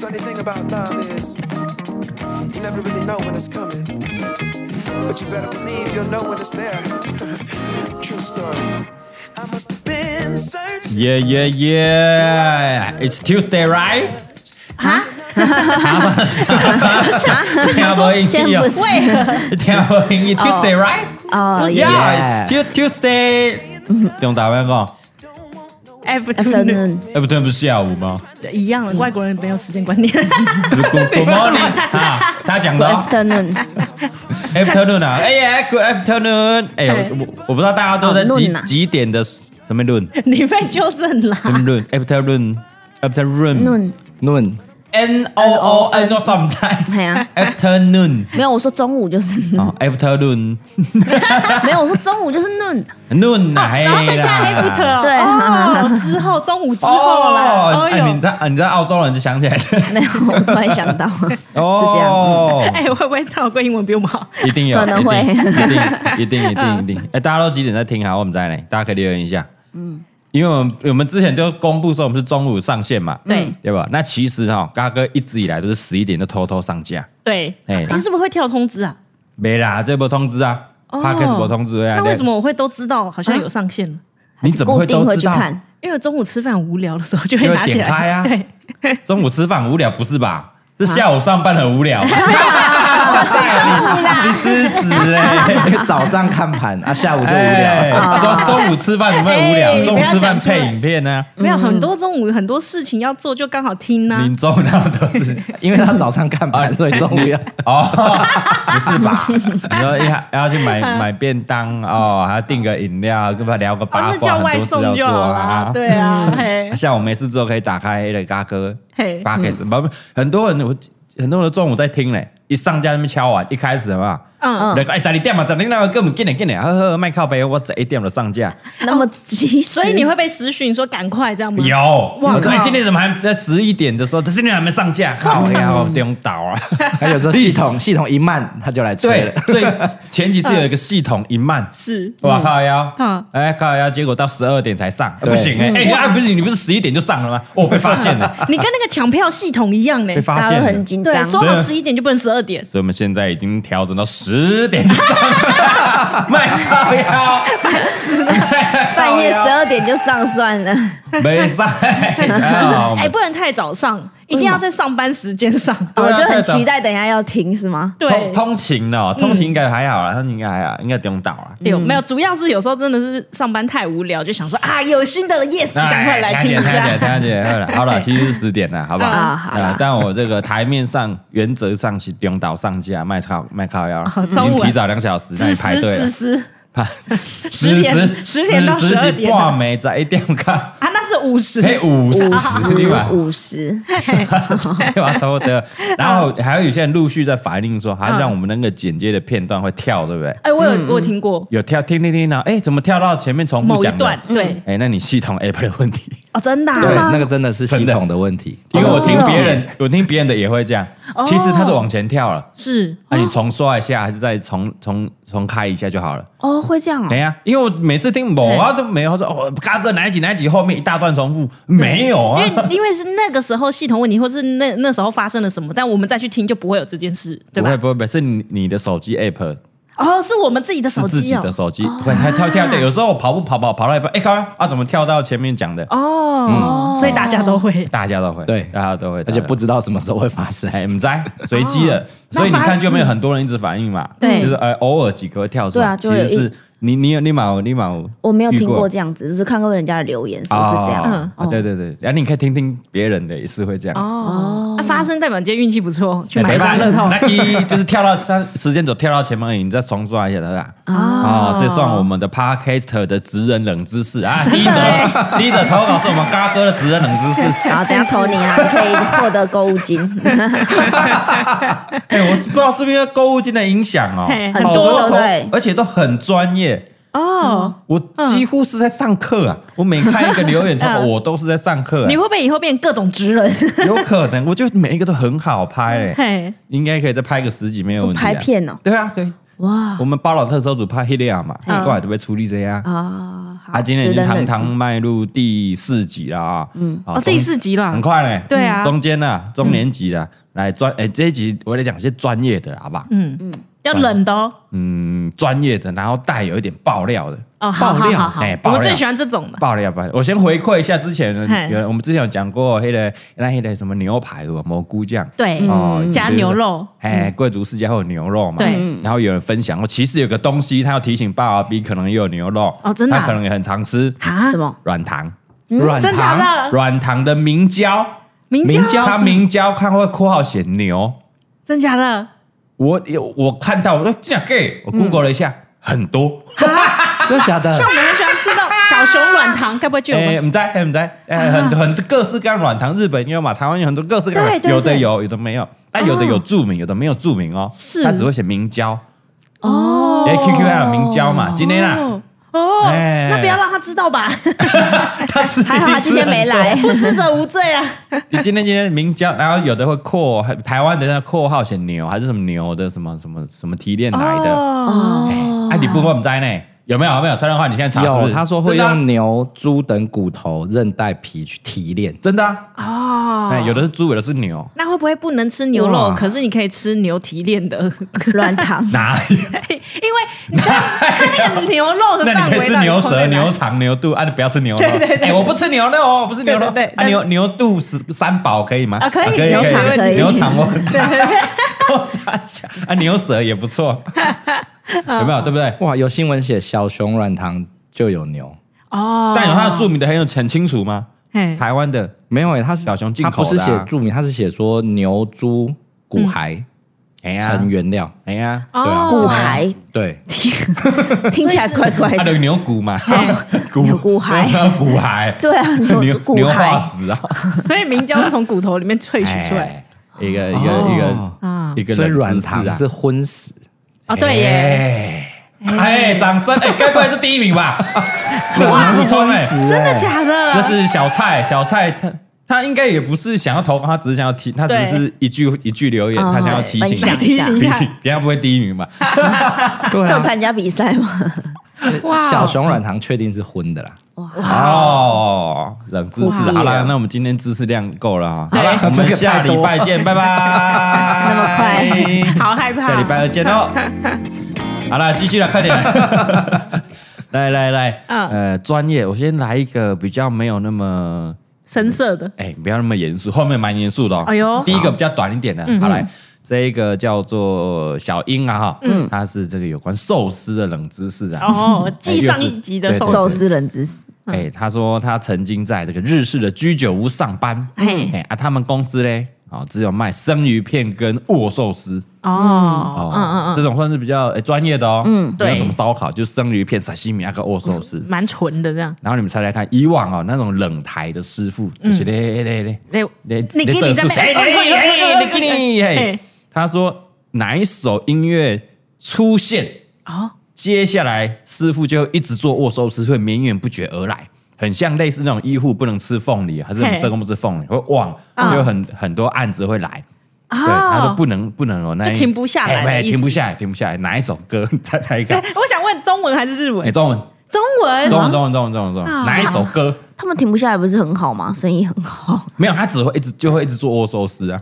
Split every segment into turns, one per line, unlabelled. Funny thing about love is you never really know when it's coming, but you better believe you'll know when it's there. True story. I must have been searching.
Yeah, yeah, yeah. It's Tuesday, right?
啊，
听不英
真
语
不
哦，
是
听不英语。Tuesday, right?
哦
Yeah.
Yeah.
Tu- Tuesday，用台湾讲，
afternoon
，afternoon，
哎，不对，不是下午吗
一样的，外国人没有时间观念。
？Good good morning À, 啊，他讲的哦
afternoon，
afternoon 啊，哎呀，Good à? afternoon。哎
哎，
我我不知道大家都在
哦
几
论啊
几点的什么论
你被纠正啦
什么论 afternoon afternoon
论，
noon
n o o n 我算不出来
哎呀，
afternoon
没有，我说中午 就是，
啊 afternoon
没有，我说中午就是 noon，
noon 啊，嘿
哦然后再加 after，
啦
哦
对
哦，之后中午之后啦，
哦
哦
哎你
哟，
在啊你在澳洲人就想起来了，
没有，我突然 想到，是这样，
哦，
哎，会不会唱歌英文比我们好？
一 定有，
可能会
一定一定一定一
嗯
定一定。哎，大家都几点在听啊？我们在呢，大家可以留言一下。嗯，因为我们我们之前就公布说我们是中午上线
嗯
嘛，
对
对吧？那其实哈，嘎哥一直以来都是十一点就偷偷上架，
对，
哎，
你是不是会跳通知啊？
没啦，这波通知啊，
哦
他开始播通知啊。
那为什么我会都知道好像有上线了？
你怎么
固
会
定
都
会
知
去
道？
看，
因为中午吃饭无聊的时候就会
就会
拿起
点开
来，
啊
对，
中午吃饭很无聊不是吧？
啊
是下午上班很无 聊，你吃 屎嘞！
早上看盘啊，下午就无
哎
聊。
中中午吃饭有没有无
哎
聊？
你
中
不
午
要
吃饭
讲出来
配影片呢？
没有很多中午很多事情要做，就刚好听啊呐
你。中午那都 是
因为他早上看盘，所以中午要
哦， 不是吧？你说要要去买
嗯
买便当哦，还要订个饮料，跟他聊个
哦，
八
那
卦，
叫
很
外
多
送
事
就
要做
好
啊
啦。。对啊，嘿
啊，下午没事之后可以打开那个嘎哥
嘿
八 K，不很多人我很多人中午在听嘞，一上架那边敲完，一开始嘛。
嗯，
那个哎，十二点嘛，十二点那个根本进来进来，呵呵，卖靠背，我十一点就上架。
那么及时，
所以你会被私讯说赶快这样吗？
有，
哇
我说哎，
靠
今天怎么还在十一点的时候，今天还没上架？靠呀，我颠倒啊！
还有时候系统系统一慢，他就来催
对
了。，
所以前几次有一个系统一慢，
是
哇靠腰
嗯，
哎靠腰，结果到十二点才上，啊
对
不行哎，哎啊不是你不是十一点就上了吗？哦，被发现 了，
你跟那个抢票系统一样呢
被。发
大家
现
都
了
很。紧
对，
张，
说好十一点就不能十二点，
所以我们现在已经调整到十点就上架，卖靠腰，
半夜十二点就上算了，
没哦上，
哎，不能太早上，一定要在上班时间上。
对啊
我就
太
很
早
期待等一下要听是吗？
通
对，
通勤哦，通勤应该还好啦，通勤应该还好，应该不用倒啊啦。
对，
嗯
没有，主要是有时候真的是上班太无聊，就想说啊，有新的了，yes，赶快来听一
哎
下。
听姐，听姐，好了，好 了，其实是十点了，好不好？
啊好啦
呃但我这个台面上原则上是中岛上架，卖靠卖靠腰，已
哦中午啊
经提早两小时在
子
排
时，
队了
子。时，
怕
十点十点到
子时
十二
是
点啊
挂眉在一点看，
啊，那是 五十。
嘿五
五
十，对吧
十，？五十，
对吧？差不多。然后还有有些人陆续在反映说，他让我们那个剪接的片段会跳，对不对？
哎，我
嗯
有我有听过
有跳，听听听呢，哎，怎么跳到前面重复
某一
讲
段
的？，
嗯
对，
哎，那你系统 app 的问题。
哦，真的啊，
对，那个真的是系统的问题，
因为我听
哦
别人，我听别人的也会这样。
哦
其实他是往前跳了，
是
那、你重刷一下，还是再重重重开一下就好了。
哦，会这样哦
等一下，因为我每次听某啊都没有，他说哦，嘎哥哪一集哪一集后面一大段重复，没有啊。
因为因为是那个时候系统问题，或是那那时候发生了什么，但我们再去听就不会有这件事，对
不会
吧？
不会不会，是你你的手机 app
哦，是我们自己的
是
手
自己
机哦
的，手机，会它跳跳对。有时候我跑步跑跑跑到一半，哎，看啊，怎么跳到前面讲的？嗯
哦，所以大家都会。
大家都会，
对
大家都会，
而且不知道什么时候会发生。
哎，唔在随机
哦
的，所以你看就没有很多人一直反应嘛，
对
就是呃偶尔几个会跳出
对
来，
啊
其
就有
实是你你有你有你有，
我没有听过
遇
这样子，只是看过人家的留言，是不
过，
是这样？
哦啊
哦
对对对，然后你可以听听别人的也是会这样，
哦，啊发生代表你今天运气不错，
哎
去买刮乐透。
那一就是跳到三时间轴跳到前面而已，你再重刷一下，对吧？哦，这算我们的 podcaster 的职人冷知识啊，第一则第一则投稿是我们嘎哥的职人冷知 识，
好，等一下投你啊，你可以获得购物 金，
哎，我是不知道是不是因为购物金的影响哦
嘿，
很
好
多
投
对不对
而且都很专业。
哦，
我几乎是在上课啊！我每看一个留言，他们
嗯
我都是在上课、啊
你，会不会以后变各种职人？
有可能，我就每一个都很好拍 嘞、
嘿，
应该可以再拍个十几没有问题、啊。
拍片哦，
对啊，可以。
哇
我们包老特搜组拍黑料嘛，很
嗯
怪都被处理这样
啊！好
啊，今天已
只
经
能
堂
冷
堂
思
迈入第四集了啊，嗯，
哦，第四集啦
很，快嘞，
对啊
中间呢，中年级了，来专哎这一集我来讲一些专业的啦，好不好？
嗯要冷的哦。
嗯，专业的，然后带有一点爆料的。
哦，好好好好
哎，爆
我们
料
最喜欢这种的。
爆料爆料！我先回馈一下之前的
嘿
有我们之前有讲过那个那那个什么牛排有没有蘑菇酱，
对，
哦
加
对
牛肉，
哎，贵族世家会有牛肉嘛？
对。
然后有人分享，哦，其实有个东西，他要提醒爸爸 B 可能也有牛肉
哦真的啊
他可能也很常吃
啊
什？么？
软糖，
软
嗯真假
糖
的？
软糖的明胶，
明
明胶
它
是
明胶看会括号写牛，
真假的？
我有我看到我说这样 gay，我 Google 了一下，很多，
真的假的？
像我们很喜欢吃到小熊软糖，该不会就有
哎，
吧？
唔知哎唔知，
啊
哎很很各式各样软糖，日本也有嘛，台湾有很多各式各
对
样，
对
有的
对啊
有，有的没有，但有的有注明，有的没有注明哦，
是
它只会写明胶，
哦
哎 QQ 还有明胶嘛，今天啊，
哦哦，
哎
那不要让他知道吧，
他是
还好他今天没来，
不知者无罪啊。
你今天今天明胶，然后有的会括台湾的那括号写牛，还是什么牛的什么什么什么提炼 来的，
哦，
哎，你不过唔知呢，有没有有没有？蔡仁华，你现在查是不
有，
是？
他说会
真的啊
用牛、猪等骨头、韧带、皮去提炼。
真的啊，
哦
哎，有的是猪，有的是牛，
哦那会不会不能吃牛肉
哇，，
可是你可以吃牛蹄炼的？
软糖
哪有？
因为你知道它那个牛肉 的
那
范
你可以
围
吃
到底
牛
扣在
舌、
哪
牛肠、牛肚啊！你不要吃牛肉。哎，我不吃牛肉哦，我不吃牛肉。
对对对
啊，牛牛肚是三宝可以吗？
啊可以
牛肠可以
牛肠我很大。都傻笑啊，牛舌也不 错，有
嗯
没有？对不对？
哇，有新闻写小熊软糖就有牛，
哦，
但有它的著名的很有很清楚吗？
嘿
台湾的
没有诶，欸他是
小熊进口的啊
他不是写著名，他是写说牛、猪、骨
嗯
骸
哎呀
成，原料。
哎呀，
对啊
骨
哦，
骸
对，
听起来怪怪
它
的
的。啊牛骨嘛，
哎
牛骨骸
牛 骨骸，
对 啊，
牛
牛骨
牛化
骸，
石啊，
所以明胶是从骨头里面萃取出来
哎一个一个一
哦
个一个
所以
冷
软
知识
糖
啊
是荤食。
哦，对耶，
哎、哎掌声！哎、该不会是第一名吧？哇，补充哎、
食
真的假的？
这是小蔡，小蔡他他应该也不是想要投稿，他只是想要提，他只是一句一句留言，
哦
他想要提醒
分享
你，
提醒 一
提
下
醒，等一下不会第一名吧？
对
就
啊，
参加比赛吗？
哇
小熊软糖确定是荤的啦。
哦，冷知识，
哇
好了，那我们今天知识量够了哈，好
对
了，我
这
们
个
下
太
礼
多
拜见，拜拜。那
么 快，
好害怕，
下礼拜二见 喽。好了，继续了，快点。来来来，
嗯
呃，专业，我先来一个比较没有那么，
深色的，
哎，不要那么严肃，后面蛮严肃的哦。
哎呦嗯
第一个比较短一点的，好来，这一个叫做小英啊哈，嗯，它是这个有关寿司的冷知识啊。
哦，嗯继上
又是
一集的
对
寿
对
司
寿司人之死，
哎，他说他曾经在这个日式的居酒屋上班，
嘿
哎啊，他们公司嘞，哦，只有卖生鱼片跟握寿司。
哦，嗯嗯
哦，这种算是比较诶专业的哦，嗯，没有什么烧烤，就生鱼片、沙西米那个握寿司
嗯，。蛮纯的这样。
然后你们猜猜看，以往哦那种冷台的师傅，就是嘞嘞嘞嘞
哎，
嘞，
嗯你给你在那
哎哎哎哎，你给 你嘿
哎，
他说哪一首音乐出现，
哦，
接下来师傅就一直做握寿司，会绵延不绝而来。很像类似那种医护不能吃凤梨，还是我们
嘿
社工不吃凤梨会忘，
嗯
就很很多案子会来。对，他说
啊，
不能不能哦，那一
就停不下来的
哎哎
意思
停不下来，停不下来。哪一首歌？你猜猜看？
我想问中文还是日
哎，
文？
中文，
中文，
中文，中文，中文，中文，中文，哪一首歌？
他们停不下来，不是很好吗？生意很好，
没有，他只会一直就会一直做握寿司啊，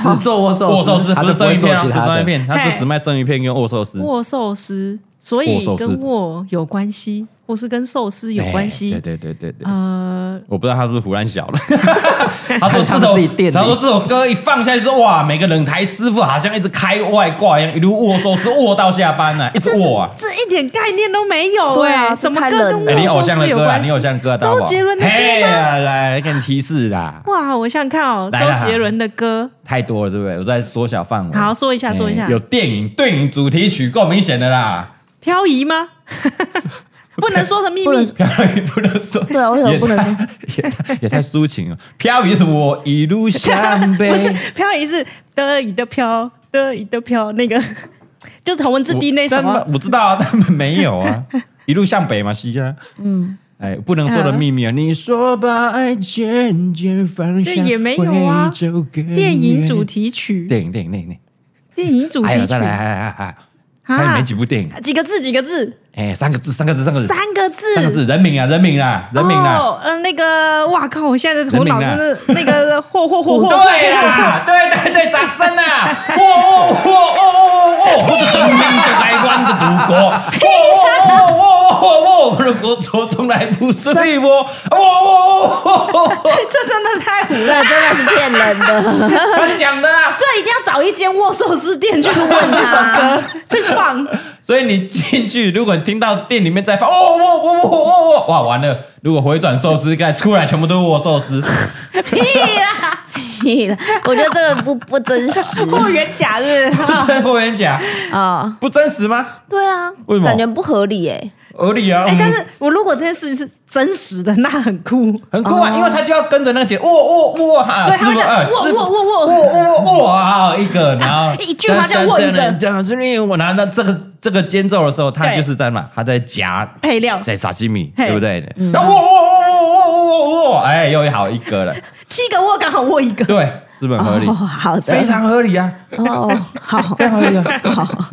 只做握寿司，
握寿司
他
不
就是不
生
会
鱼
做
片啊，
其
不是
他
生鱼
的。
片，他就只卖生鱼片跟握寿司。
握寿司，所
握
以
寿司
跟握有关系，或是跟寿司有
哎
关系
对。对对对对，
呃，
我不知道他是不是胡乱小了。他说这
他
首
自己垫，底
他说这首歌一放下去说，哇，每个冷台师傅好像一直开外挂一样，一路握寿司握到下班呢，一直
这是
握啊。
这一点概念都没有
对啊
哎什
这
么
太
歌
冷
跟
哎，你
握
偶
寿
像
司
的
有
歌啦，
关
你
系
偶？像的歌啊，大
周
宝
杰伦的歌吗
嘿啊来给你提示啦。
哇，我想看哦，
来啦
周杰伦的歌，
太多了，对不对？我再缩小范围。
好说一下
哎
说一下
有电影，电影主题曲够明显的啦，
漂移吗？ 不能说的秘
不能
密
说，
不能说。
对啊为什么不能说
也太？也太也太抒情了。漂移是我一路向北
不，是 漂移是得意的飘，得意的飘，那个 就是头文字 D 那首
但
啊。
我知道啊，但没有 啊，一路向北嘛，西安。嗯。哎，不能说的秘密啊！你说把爱渐渐放下，
这也没有啊
会走更远
电影主，题曲，
电影电影电影，电影哎
电影主
还
题
有
曲
再来，还还还，
啊
还有哪几部电影？啊
几个字？几个字？
哎，三个字，三个字，三个字，
三个字。
三个字，人名啊，人名啊，人名啊。
哦，嗯，那个，哇靠！我现在的头
人名
脑
啊
真的那个 霍霍霍霍。
对啊啦，对对对，掌声啦！哇哦哇哦哦哦，我的生命在台湾的祖国！哇哦哇哦哇哦，我的国仇从来不睡我！哇哦哦哦哦，
这真的太胡
这真的是骗人的。
他讲的啊！
这一定要找一间握寿司店去问
问他
歌，去放。
所以你进去，如果你听到店里面在放哦哦哦哦哦哦，哇完了！如果回转寿司盖出来，全部都是握寿司，
屁啦我觉得这个不不真实
货源假日，
这霍元甲
啊，
不真实吗？
对啊
为什，么
感觉不合理哎。
合理啊！
哎，但是我如果这件事情是真实的，那很酷。
很酷啊，因为他就要跟着那个姐，哦哦哦，啊
所以
师
他会
傅，
讲
呃
握
师傅
握握握。
哦哦啊，一个，然后
啊一句话就握一个
这样，所以我拿到这个这个间奏的时候，他
对
就是在嘛，他在夹
配料
在沙西米，
嘿嗯
对不对？然后哦哦哦哦哦哦，哎，又好一个了，
七个握刚好握一个，
对，是不是很合理
哦，？好的，
非常合理啊！
哦，好，好，
啊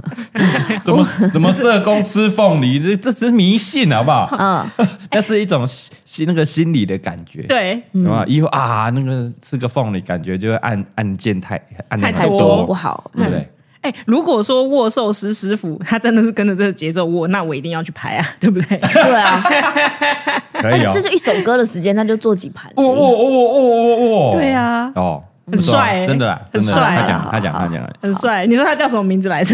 什么什么社工吃凤梨，这这只是迷信，好不
啊
好？
嗯，
那是一种心心那个心理的感觉，
对，嗯
对吧？以后啊，那个吃个凤梨，感觉就会按按键太按键
太
太
很
多不
多，
好。
对不对？
哎，如果说握寿司师傅他真的是跟着这个节奏握，那我一定要去排啊， 对不对？
对啊，
嗯
可以哦
哎
这。就一首歌的时间，他就做几盘。
哦哦哦哦哦哦！
对啊
哦，
很帅欸
真的啦，真的
很
啦。
帅啊
他讲，他讲，他讲，
很帅。你说他叫什么名字来着？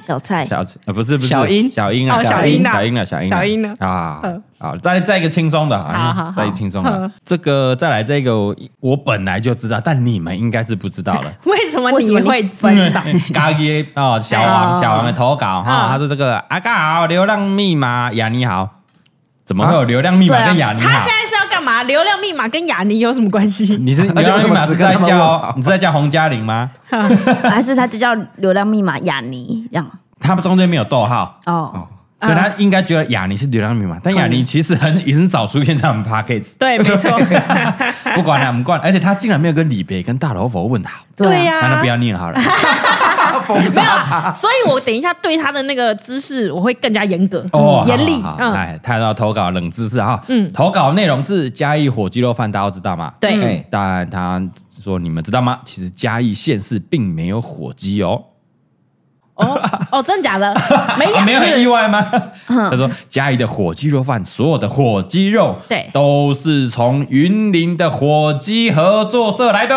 小菜，
小呃不是不是
小英
小英啊，
哦小
英
英啊
小英啊，小英啊，
小英啊
啊
嗯，
好，再再一个轻松的，啊
好好好
再一个轻松的
嗯，
这个再来这个，我我本来就知道，但你们应该是不知道 了。
为什么
为什
你
么你
会知
因为
道？ 啊
咖喱哦，小王
哦
小王的投稿哈，
嗯
他说这个阿嘎好，流浪密码雅尼
啊
好，怎么会有流浪密码
对啊
跟雅尼
他
好
现？在是要干嘛？流量密码跟雅尼有什么关系？
你是
而
流
且我
浪密码是
怎么
在
只跟他们
叫
问
你是在叫洪嘉玲吗？
还是他就叫流量密码雅尼这样？
他们中间没有逗号，
哦，
啊
所以他应该觉得雅尼是流浪密码，但雅尼其实很也很少出现在我们 p a c k a g
对，没错，
e 不管了，我们管，而且他竟然没有跟李北跟大老婆问好，
对啊呀、
那那不要念好 了，
封杀他。
啊所以我等一下对他的那个知识，我会更加严格、
哦，
严厉。
好好好
嗯，
哎，他要投稿冷知识哈，嗯
嗯，
投稿内容是嘉义火鸡肉饭，大家都知道嘛，
对，
嗯
哎
但他说你们知道吗？其实嘉义县市并没有火鸡哦，
哦哦，真 假的？没有，
啊没有很意
有。
外吗？
嗯
他说嘉义的火鸡肉饭，所有的火鸡肉
对
都是从云林的火鸡合作社来的。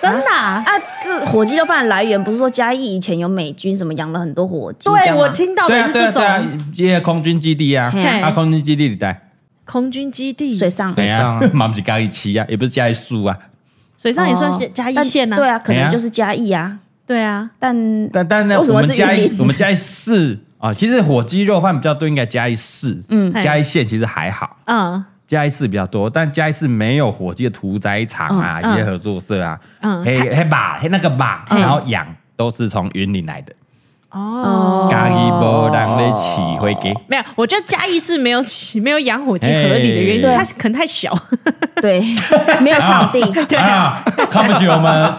真的啊、
啊，这火鸡肉饭的来源不是说嘉义以前有美军什么养了很多火鸡？这
对
样吗
我听到
对
的
啊，
是
对
这
啊，
种
对啊，这些空军基地啊，
嘿
啊
啊，空军基地里带，
空军基地，
水上
哎呀
上啊，
嘛不是嘉义区啊，也不是嘉义树啊，
水上也算是
哦
嘉义
但
县呐、
对啊，可
哎呀
能就是嘉义啊，
对啊，
但
但但呢，
为什
我
么
们
是
嘉
云
义，
林
我们嘉义市啊，其实火鸡肉饭比较多，应该嘉义市，嗯，嘉义县其实还好。
嗯，
嘉义市比较多，但嘉义市没有火鸡的屠宰场啊，
嗯
一些合作社啊，
嗯
黑黑马黑那个马，然后羊都是从云林来的，
哦。
嘉义波让的起回给。
没有，我觉得嘉义市没有起没有养火鸡合理的原因，
哎
它可能太小。
对，没有场地，
啊，看不起我 们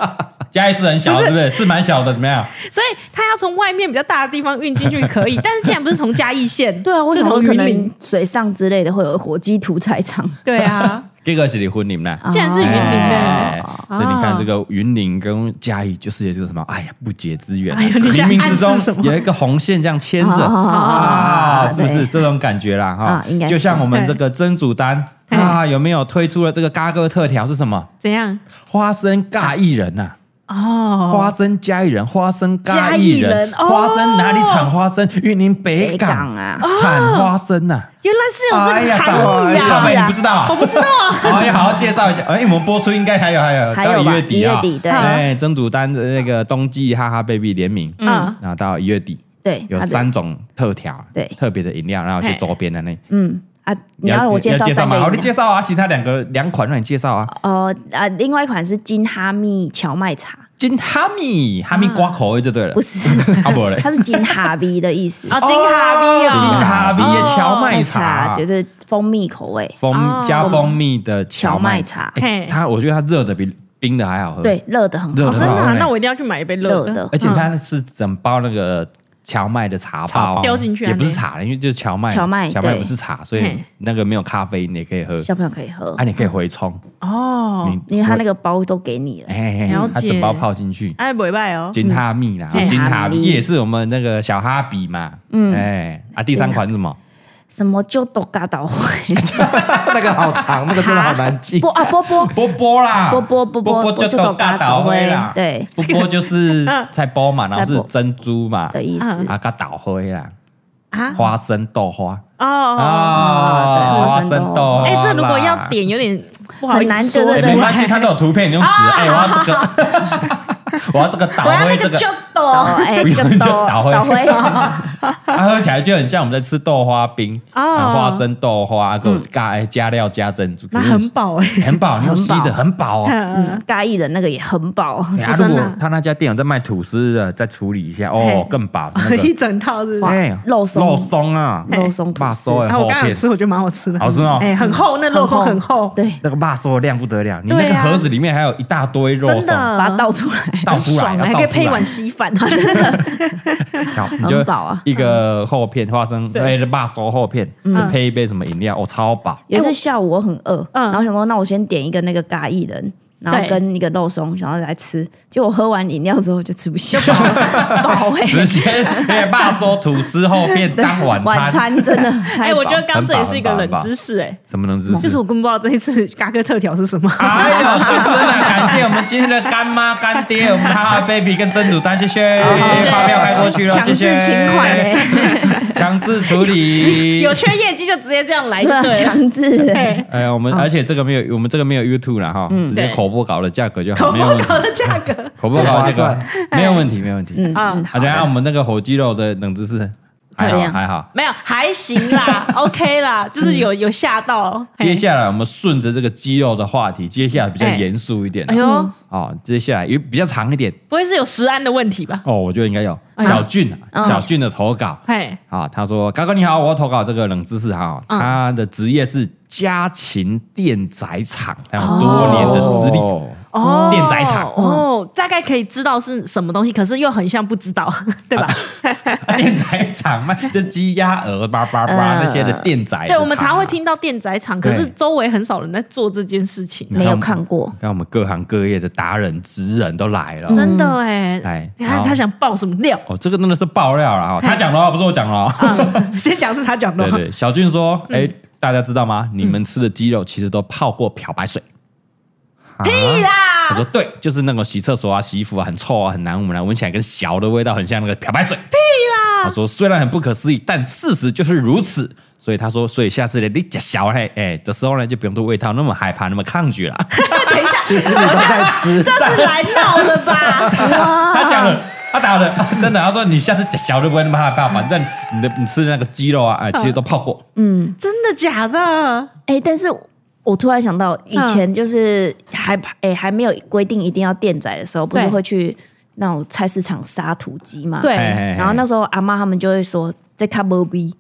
嘉义市很小，对不对？是蛮小的，怎么样？
所以他要从外面比较大的地方运进去 可以，但是既然不是从嘉义县，
对啊，为
是
什么
从
可
云林
能，水上之类的会有火鸡屠宰场？
对 啊，
这个是离婚林啦。
既然是啊云林
哎
的，哦
所以你看，这个云林跟嘉义就是也就是什么，哎呀，不解之缘啊，
哎呦你在
冥冥之
暗示什
中
么
有一个红线这样牵着
哦
啊，是不是
对
这种感觉啦？哈
啊，应该是
就像我们这个真主丹
对
啊，有没有推出了这个嘎哥特调是什么？
怎样？
花生尬艺人呐，
哦，
花生嘉义人，花生尬艺
嘉义
人
人，哦
花生哪里产花生？云林北
北
港
港啊哦
产花生呐。
原来是有这个
长
含
哎
义呀、
小
长
啊！
得
美
是
你
啊
不知道啊？
我不知道啊，
好，要好好介绍一下。 哎，我们播出应该还有，还有，
还
到
有
一
吧
月底啊，
一月底对
哎，曾祖丹的那个冬季哈哈 baby 联名，
嗯，
然后到一月底
对，
有
啊
三种特调，
对
特别的饮料，然后去周边的那。
嗯啊，你要我介绍三个
吗？
饮
好，
料
你介绍啊，其他两个两款让你介绍啊。
哦啊，另外一款是金哈密荞麦茶，
金哈密，哈密瓜口味就对了
不，是，
啊不嘞，
它是金哈密的 意思，
啊，金哈密
哦金
啊，
哈密的荞麦
哦茶
茶，
就是蜂蜜口味，
蜂
哦
加蜂蜜的荞麦
荞麦茶
哎
嘿
它我觉得它热的比。冰的还好喝，
对，热的很
嗯热
好，
哦
的
真的
很好
啊，
喝
那我一定要去买一杯热
热的
而且它是整包那个荞麦的茶
茶
包
包
丢进去啊
也不是茶，因为就是荞麦，
荞麦
荞麦
对
不是茶，所以
嘿
那个没有咖啡因也可以喝，
小朋友可以喝
啊，，你可以回冲，
哦，
你
因为它那个包都给你了。
哎，
了解
它整包泡进去，
哎，不拜哦，
金哈密啦，
嗯
金哈
金哈
密
密
也是我们那个小哈比嘛，哎，啊，第三款是什么？
什么就都嘎倒会，
那个好长，那个真的好难 记
波。啊波 波
波波啦，
波波波波
波就
就
豆
豆
嘎
嘎
倒
倒
灰
灰
啦，
对，
波波就是菜包嘛，然后
菜
是
包
珍珠嘛，
的意思
啊，嘎倒灰啦，
啊
花生豆花
哦哦，
啊，
对
花
花
生
生
豆
豆
花啦，
哎，这如果要点有点不好意
很
思
难
哦哎，
对
说，
对
没
对
关系，它都有图片，你用纸，哎，我要这个，我要这个倒
我要
灰
那
这
个
个哦
就，倒，哎
不
就
用就
倒
倒灰
倒灰，
它啊喝起来就很像我们在吃豆花冰，
哦嗯
啊，花生豆花，给我加哎加料加珍珠，
那
可是
很饱哎，
很 饱，你用吸的很饱哦。
嗯
嗯，咖喱的那个也很饱，
哎啊，如
真的
果他那家店有在卖吐司的，再处理一下哦
嘿，
更饱 那
一
个
整套是不是？
哎
肉松
肉松啊，
肉松吐
霸
司
收，的
然后
厚
啊我刚刚有
片，
吃，我觉得蛮好吃的，
好吃哦
哎，很
嗯
厚，那肉松很厚，
对，
那个霸收的量不得了，你那
对
个
啊
盒子里面还有一大堆肉
真
松，
的，
把它倒出来，
倒
很
出来
爽，
要
还
倒
可以
出
配一
来
碗，稀饭，真的
好你就
很饱啊
一个厚片花生，哎，霸收厚片，再配一杯什么饮料，哦，超饱。
有一次下午我很饿，
嗯
然后想说那我先点一个那个咖喱人，然后
对
跟一个肉松，想要来吃。结果喝完饮料之后就吃不下，饱哎、
直接被霸收吐司厚片当晚
晚
餐，
餐真的太
哎，
饱
我觉得刚刚这也是一个冷知识，哎，
什么能吃？
就是我根本不知道这一次嘎哥特调是什么。
哎呦， 真的感谢我们今天的干妈干爹，我们哈哈 baby 跟真主丹，谢谢，发票开过去了，
强
谢谢，
制请款哎、
强制处理。
有缺业绩就直接 这样来就对了。
强制、哎，
哎呀，我们而且这个没有，我们这个没有 YouTube 了哈，直接
嗯对
口播稿的价格就好，
口
没
播
有问题
稿，的 价格
口播稿的价
很
格没有问题，没有问题。嗯，
啊，
啊，等一下我们那个火鸡肉的冷知识还
怎么
好
样
还好。
没有还行 啦，OK 啦，就是
嗯
有有吓到。嘿
接下来我们顺着这个鸡肉的话题，接下来比较
哎
严肃一点啊。
嗯
哎呦，
哦，接下来也比较长一点
不会是有食安的问题吧？
哦，我觉得应该有
呀
小俊啊，
嗯
小俊的投稿。
嘿，
啊，他说：“高哥你好，我要投稿这个冷知识哈。
嗯
他的职业是家勤电载厂，他有多年的资历。
哦，
电宰场
哦，大概可以知道是什么东西，可是又很像不知道， 对吧？
啊 电载厂嘛，就鸡鸭鹅叭叭叭那
嗯
些的电载的厂啊。
对，我们常会听到电宰场，可是
对
周围很少人在做这件事情，
你
没有
我们
看过
你看我们各行各业的达人、职人都来了。
真的哎
嗯
嗯
哎。
你看
好
他想爆什么料？
哦，这个真的是爆料了哈，他讲的哦不是我讲的哦。
先讲是他讲的
对，对，小俊说：“哎，大家知道吗？你们吃的鸡肉其实都泡过漂白水。”
屁啦！
我说对，就是那种洗厕所啊、洗衣服啊，很臭啊，很难闻啊，闻起来跟小的味道很像那个漂白水。屁啦！他说虽然很不可思议，但事实就是如此。所以他说，所以下次呢，你讲小嘞，哎的时候呢，就不用对味道那么害怕、那么抗拒了。
啊
等一下，
其实你都在吃，
这是来闹的 吧？
他讲了。他打了，真的。他说你下次讲小就不会那么害怕，反正你的你吃的那个鸡肉啊，
嗯
哎，其实都泡过。
真的假的？
但是。我突然想到，以前就是还哎、还没有规定一定要电宰的时候，不是
对
会去那种菜市场杀土鸡嘛？
对
嘿嘿嘿
嗯然后那时候阿妈他们就会说这卡波比，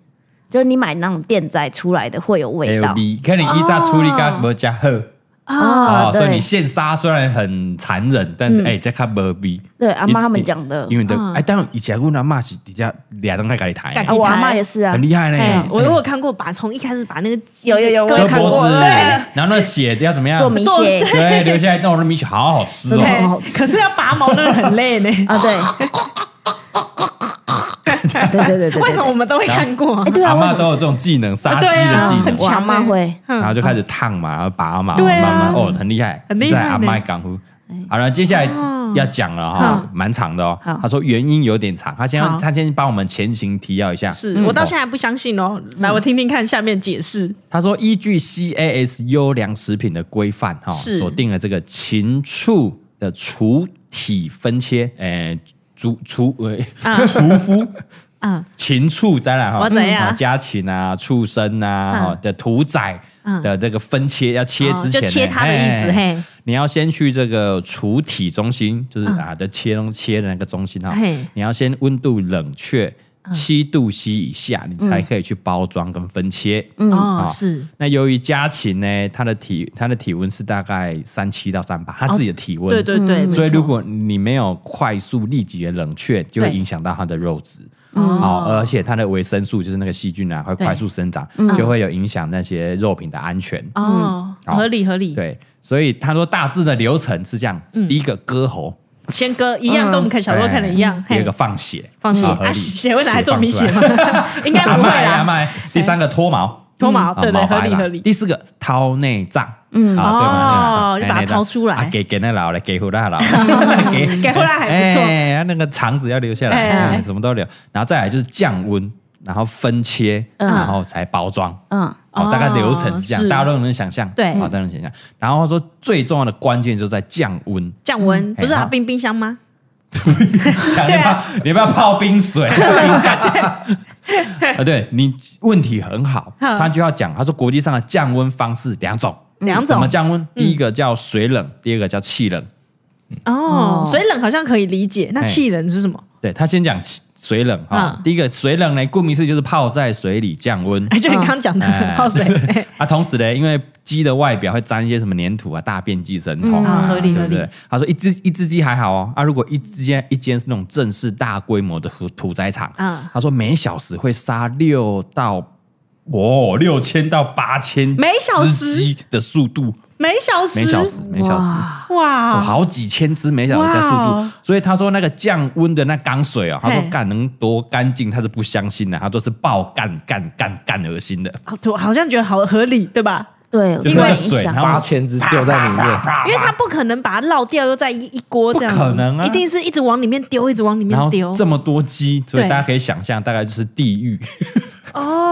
就是你买那种电宰出来的会有味道哦
L B，看你一炸处理干不加喝
啊嗯
哦，所以你现杀虽然很残忍，但是哎，这看不比。
对阿妈他们讲的
因，为
嗯
的哎，当然以前我阿妈是底下俩人在家里抬，
干
啊，我阿妈也是啊
很，厉害
哎
呢，。
我有看过，把从一开始把那个鸡
有有有
割
我
折
有看过
脖子
对，
然后那血要怎么样？
做米血
对，留下来弄那米血好好吃
真的
哦。
很好吃
可是要拔毛那个很 累呢。
啊，对，对对对对对，
为什么我们都会看过啊
哎，？对啊，
阿
为
妈
什么？嗯
都有这种技能，杀鸡
对
的技
啊，
能
很。强欸
我阿妈会
然后就开始烫嘛，然后拔毛，
对啊
慢慢哦，很厉害，
很厉害呢哎
在阿麦港夫。好了，接下来要讲了哈
嗯，
蛮长的哦
好。
他说原因有点长，他先
好
他先帮我们前情提要一下。嗯
是我到现在还不相信哦。来，我听听看下面解释。
他说依据 CAS 优良食品的规范哈，
是
锁定了这个禽畜的除体分切，诶，除除诶，
嗯
屠 夫。
嗯，
禽畜灾难哈
我，怎样
啊家禽啊、畜生啊、
嗯
哈的屠宰的这个分切，要切之前呢、
啊
哎
哦就切它的意思嘿
你要先去这个除啊体中心，就是啊，的切东切的那个中心哈
嘿，啊
你要先温度冷却。七度 C 以下，你
嗯
才可以去包装跟分切。嗯，
哦
好，
是
那由于家禽呢，它的体它的体温是大概三七到三八，它自己的体温。
哦对对对，
所以
没错
如果你没有快速立即的冷却，就会
对哦
影响到它的肉质。好、而且它的维生素就是那个细菌啊，会快速生长，就会有影响那些肉品的安全。
嗯哦，
嗯好
合理合理，
对，所以他说大致的流程是这样：
嗯
第一个割喉，哎
先割一样，
嗯
跟我们看小时候看的一样，
第
嘿
二个放血，
放血
啊合
啊，
理
血会拿来做
放
鼻
出
血吗？ 应该不会
来啊
啦，
卖。第三个脱毛，
脱毛，
啊
对对，
毛
合
拔一
理
拔
合理。
第四个掏内脏，嗯，
哦
啊，对嘛，
就把它
内脏
掏出来
啊给给那老了，给胡那 老 了，给
给胡那还不错
哎，啊那个肠子要留下
哎哎
来，
哎
嗯什么都留，然后再来就是降温，然后分切，然后才包装。
嗯，
哦，大概流程是这
嗯哦
样，
是
大家都能想象，
对
好，大家能想象。然后他说最重要的关键就是在降温，
降温不是
哎
啊，
好
冰冰箱吗？
想你要不
啊
要你要不要泡冰 水？啊，对你问题很好，
嗯
他就要讲，他说国际上的降温方式两种，
两
怎
种嗯
么降温？第一个叫水冷，第二个叫气冷。
哦
哦，
水冷好像可以理解，那
哎
气冷是什么？
对他先讲气水冷哈
嗯，
第一个水冷呢，顾名思义就是泡在水里降温。
哎，就你刚刚 讲的
哎
泡水，哎
啊，同时呢，因为鸡的外表会沾一些什么粘土啊、大便寄生虫
嗯啊
啊，
合
对
理
不
合
对？他说一只一只鸡还好哦，啊，如果一只间一间是那种正式大规模的屠屠宰场，
嗯
他说每小时会杀六到哦六千到八千
每小时
只鸡的速度，
每小时，
每小时每小时。哦、
哇，啊
好几千只每小时在速度，
哇哦
所以他说那个降温的那缸水啊，他说
嘿
干能多干净，他是不相信的，他说是爆干干干干恶心的，
好，我啊好像觉得好合理，对吧？
对，
就是
我
那个
有印
水，
象
然后啪
啊
八千只掉在里面，
因为它不可能把它烙掉，又在一一锅这样，
啊不可能啊
一定是一直往里面丢，一直往里
然
面
后
丢，
这么多鸡，所以
对
大家可以想象，大概就是地狱。
哦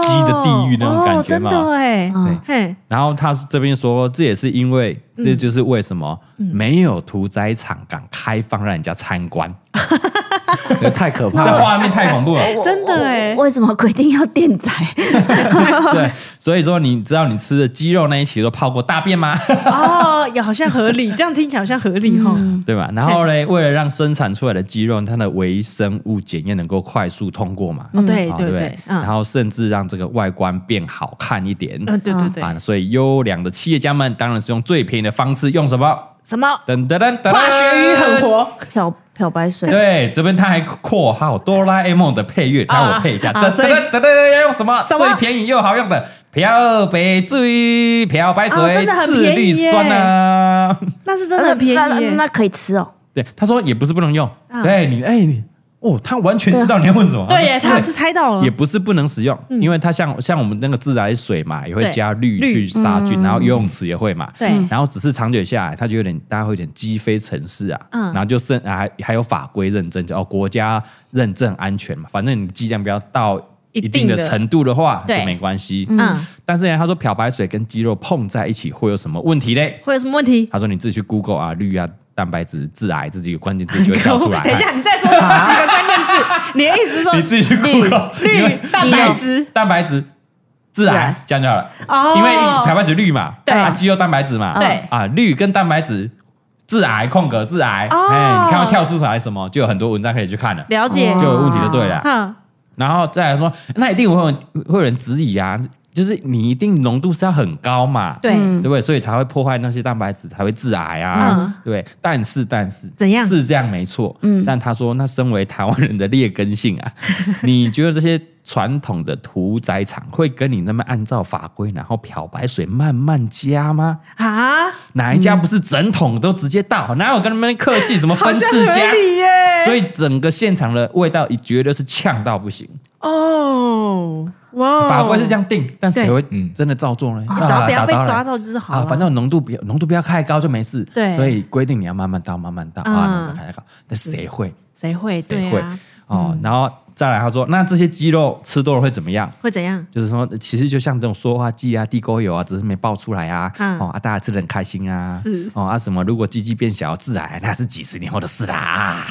鸡的地狱那种感
哦
觉
真
嘛
的哎，
嗯
对
嘿，
然后他这边说，这也是因为，
嗯
这就是为什么没有屠宰场敢开放让人家参观，
哦
那太可怕
这
了。
画面太恐 怖了。
真的哎，
为什么规定要电宰？
对，所以说你知道你吃的鸡肉那一期都泡过大便吗？
哦，也好像合理，这样听起来好像合理哈。
对吧？然后呢，为了让生产出来的鸡肉它的微生物检验能够快速通过嘛，
哦，对
啊
对
不
对，嗯
然后甚至让这个外观变好看一点。
嗯，对对对，
啊，所以优良的企业家们当然是用最便宜的方式，用什么？
什么
噔噔噔噔，
化学鱼很。活，
漂漂白水，
对，这边他还括号哆啦 A 梦的配乐，他要我配一下。
啊
噔
所
噔
以
噔噔噔，要用什么
什么
最便宜又好用的？漂白水、漂白
哦真
水、
的很
次
便
氯
宜
酸啊。
那是真
呃那，
的很便
那
宜耶。
那可以吃哦。
对，他说也不是不能用。对你，哎，你哦，他完全知道你要问什么。
啊对耶，他是猜到了
啊也，不是不能使用，因为它像像我们那个自来水嘛，也会
对
加氯
氯嗯
去杀菌，然后游泳池也会嘛，
对
然后只是长久下来，它就有点大家会有点鸡飞城市啊，
嗯
然后就剩啊还还有法规认证，就哦国家认证安全嘛，反正你剂量不要到
一
一
定
定的
的
程度的话就
对
没关系，
嗯，
但是呢，他说漂白水跟鸡肉碰在一起会有什么问题嘞？
会有什么问题？
他说你自己去 Google 啊，氯啊、蛋白质、致癌这几个关键字就会跳出来。
等一下，你再说这几个关键字，你的意思是说
你自己去 Google
绿
因为
蛋白质
蛋白质。致
致
癌
癌，
这样就好了。
哦
因为漂白水绿嘛，
对
啊，肌肉蛋白质嘛，
对
啊，绿跟蛋白质致癌，空格致癌，
哦啊
哎，你看到跳出来什么，就有很多文章可以去看了，
了解？
就有问题就对了。
嗯，
然后再来说，那一定会有会有人质疑啊，就是你一定浓度是要很高嘛，
对，
对不对？所以才会破坏那些蛋白质，才会致癌啊，
嗯
对不对。但是但是
怎样
是这样没错，嗯。但他说，那身为台湾人的劣根性 啊，你觉得这些传统的屠宰场会跟你那么按照法规，然后漂白水慢慢加吗？
啊，
哪一家不是整桶都直接倒？哪有跟他们客气？怎么
好
分
像
次加
合？理耶。
所以整个现场的味道绝对是呛到不行，
哦，哇，
法规是这，样定，但谁
对哦
会真的照做呢？
只要不要被
啊
抓到就是好
啊，
了。
反正浓度不要浓度不要太高就没事。
对
所以规定你要慢慢倒，慢慢倒、啊，
嗯
浓度开太高，那谁会
谁会？
谁
对
会、
啊，
哦？然后再来，他说那这些鸡肉吃多了会怎么样？
会怎样？
就是说，其实就像这种塑化剂啊、地沟油啊，只是没爆出来啊，
嗯
哦啊，大家吃的很开心啊，
是
哦啊什么，如果鸡鸡变小致癌，那是几十年后的事 啦。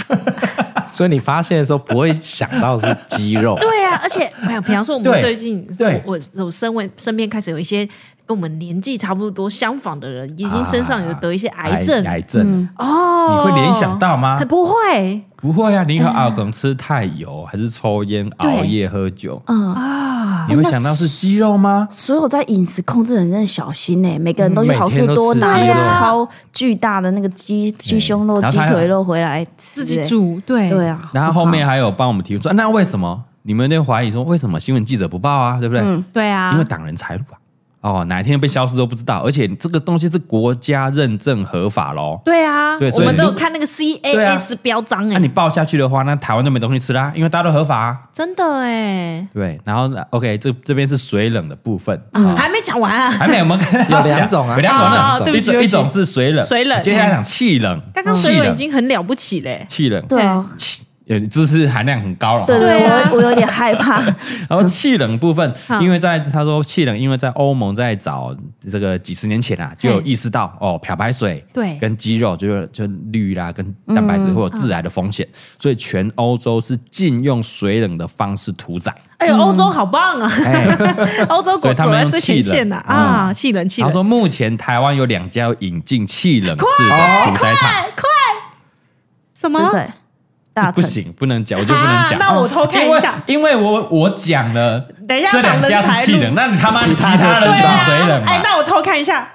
所以你发现的时候不会想到是鸡肉，
对啊，而且哎呀，比方说我
对
们最近，
对
我我身为身边开始有一些跟我们年纪差不多相仿的 人，已经身上有得一些癌症
啊癌症，
哦，
你会联想到吗啊
哎不会，
不会啊，你可啊，可能吃太油，还是抽烟、熬夜、喝酒，
嗯
啊，你会想到是肌肉吗？
所有在饮食控制的人真的小心呢、每个人
嗯
都去好事多
每天都吃
拿
鸡
一
肉
个超巨大的那个鸡鸡胸肉、
然后
鸡
他
腿肉回来吃
自己
欸。
煮，对
对，啊，
然后后面还有帮我们提出说，啊那为什么你们在怀疑说为什么新闻记者不报啊？对不对？
对啊，
因为挡人财路啊。哦，哪一天被消失都不知道，而且这个东西是国家认证合法喽。
对啊，
对
我
所以
们都有
如
看那个
对啊
CAS 标章
那、
哎、
你报下去的话，那台湾就没东西吃啦，因为大家都合法、啊。
真的哎、
对，然后呢 OK，这这边是水冷的部分，哦
还没讲完啊，
还没有我们
有两种啊
有两种
啊
那
对
种，
不
一
起对
种一
不起
种是水冷，
水冷嗯
接下来讲气冷，
刚刚
气
水友已
冷
经很了哎不起嘞、
气冷，
对啊，
气呃知识含量很高了。
对对，
对啊
我我有点害 怕。
然后气冷部分，
嗯好
因为在他说气冷，因为在欧盟在早这个几十年前啊，就有意识到哦，漂白水
对嗯
跟鸡肉就是就氯啦跟蛋白质会有致癌的风险，所以全欧洲是禁用水冷的方式屠宰。
哎呦，欧洲好棒啊！ 欧洲
嗯哎所
国
以他
走
们
在
用
最前线呐
气冷嗯
啊，气人气
他
人，
说目前台湾有两家有引进气冷式的屠宰场，
哎快快什么
是？谁？
这
大
不
成
行，不能讲，我就不能
啊
讲。
那我偷看
因
一
为
下。
因为我我讲了，
等一下
这两家
挡人
是
财
气
路
冷，那你他妈其他
对
人就
对
是
啊
水冷嘛？
哎，那我偷看一下，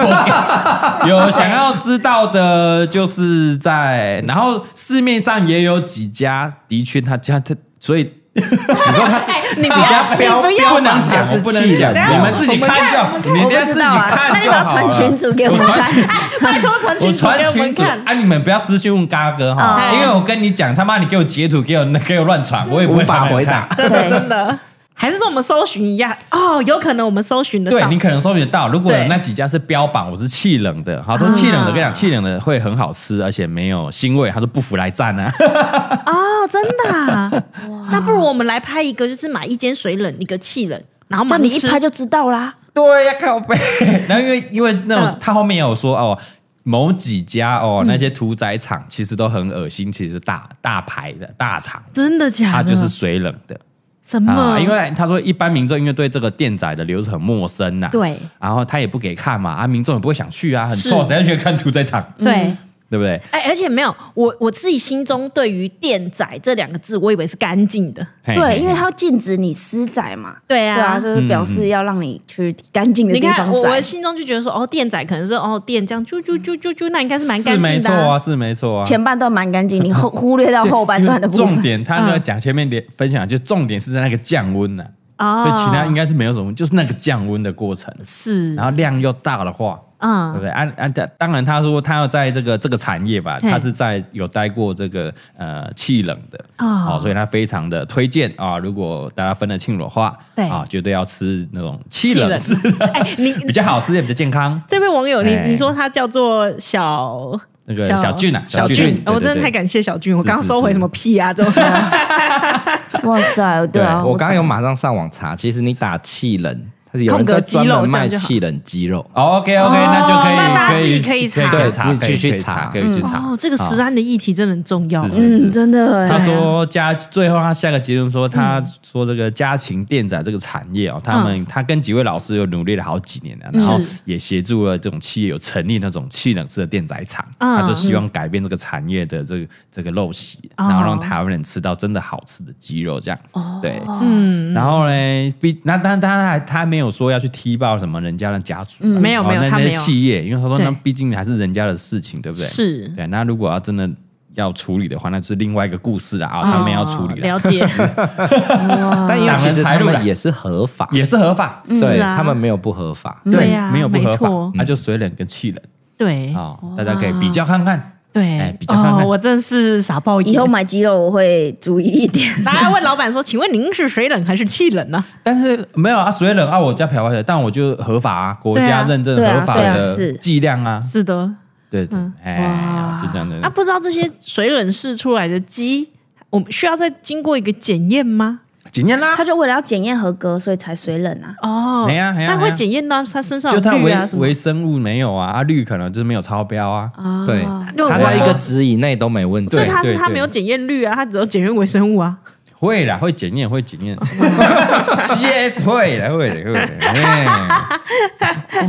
有想要知道的，就是在然后市面上也有几家，的确他家他所以
你说他
哎，你不
几
要，
家
你
标
不要
不能讲，
它
我
是
不
气
能
冷
讲，
的
你们自己看就好，你
我
们
不
自
知
己
道啊，
看
那你
就
把它
好了。
传群主给我
我
们
传
看。哦
拜托传
我
群主给
传
我们
群主
看。
啊！你们不要私信问嘎哥哈，
哦
因为我跟你讲，他妈你给我截图，给我给我乱传，我也不会
无法
传给你
回
看
答。
真的
对
真的，还是说我们搜寻一下？哦，有可能我们搜寻得
对
到。
你可能搜寻得到，如果有
对
那几家是标榜我是气冷的，好说气冷的，跟你讲气冷的会很好吃，而且没有腥味，他说不服来战啊。
哦，真的啊、那不如我们来拍一个，就是买一间水冷，一个气冷，然后
叫
忙
你一
吃
拍就知道啦。
对呀、靠背。 然后因为因为那种
嗯
他后面也有说哦，某几家哦那些屠宰场其实都很恶心，其实大大牌的大厂，
真的假
它
的？
啊就是水冷的。
什么？
啊，因为他说一般民众因为对这个电宰的流程很陌生呐、
对，
然后他也不给看嘛，啊，民众也不会想去啊，很
是
臭，谁要去看屠宰场，
对。
对不对？
哎、而且没有，我我自己心中对于“电仔”这两个字，我以为是干净的。
嘿
对，因为
嘿
它要禁止你施宰嘛。
对
对
啊，
啊，所以表示要让你去干净的
你
地
看
方
我我
宰。
心中就觉得说，哦，电仔可能是哦电这样啾啾啾啾啾，那应该是蛮
是
干
没
净
错
的、
啊，是没错啊。
前半段蛮干净，你忽忽略到
对
后半段的部
因为重
分。
点他
嗯
呢讲前面连分享，就重点是在那个降温呢、
啊。
所以其他应
该
该是没有什么，就是那个降温的过程。
是啊
然后量又大的话，对不
嗯，
对？按按当当然，他说他要在这个这个产业吧，
嘿
他是在有待过这个呃气冷的
哦
所以他非常的推荐啊，如果大家分得清楚的话，
对
啊，绝对要吃那种气冷
气
式
冷
的，
哎、你
比较好吃也比较健康。
这位网友，你
哎
你说他叫做小
那个小俊啊，
小
俊
俊
对，对
哦我真的
对
太感谢小俊，我
是
刚刚收回什么屁啊，这种
哇塞，对啊，
对
我刚刚有马上上网查，其实你打气冷，它是有
空
人
格
在
鸡肉
专门
这
卖
样就好
气冷鸡肉。
OK OK，那哦就可以，
哦那大家自己
可
可以
可
查
以
对
查，
自己
可以
去
可以
查
可以去查
哦，。这个
啊
食安的议题真的很重要。
是
嗯，真的
他
哎，
说家最后他下个结论说，他
嗯
说这个家禽电宰这个产业哦，他们他跟几位老师有努力了好几年了，然后也协助了这种企业有成立那种气冷式的电宰场，
嗯
他就希望改变这个产业的这个这个陋习，
哦
然后让台湾人吃到真的好吃的鸡肉这样。对，
嗯，
然后呢，毕那当然当然还他没有说要去踢爆什么人家的家族啊，
嗯没有
哦
没有
那
他
那
没
些
有
企业，因为他说那
对
毕竟还是人家的事情，对不对？
是
对，啊那如果要真的要处理的话，那是另外一个故事了啊，他们要处理
哦
啦
了 解，
但因为其
挡人
实
财
他
路啦
们也是合法，
也嗯是合嗯法，
对
是啊
他们没有不合法。
嗯对呀，
没有不
没
合
错
法，，那就水冷跟气冷
对
啊，大家可以比较看看。哎
对
比较看看
哦我真是傻爆眼
以 后买鸡肉我会注意一点。
大家问老板说，请问您是水冷还是气冷呢？
但是没有啊，水冷啊，我家漂白水，但我就合法啊，国
对
家
啊
认证
对啊
合法
对啊
的
是
剂量啊，
是嗯的，
对对，哎，就这样
啊，
的。
不知道这些水冷试出来的鸡，我们需要再经过一个检验吗？
几年啦
他，就为了要检验合格，所以才水冷啊。
哦，
哎呀哎呀
那
哎
会
呀
检验到他身上
就
有
它
绿
微
啊什么
微？生物没有啊，啊氯可能就是没有超标啊，
对，
那我
它在一个值以内都没问题
所
对
以。他
对
是他没有检验率啊，他只有检验微生物啊。
会啦，会检验，会检验，谢会啦，会啦，会啦，哎对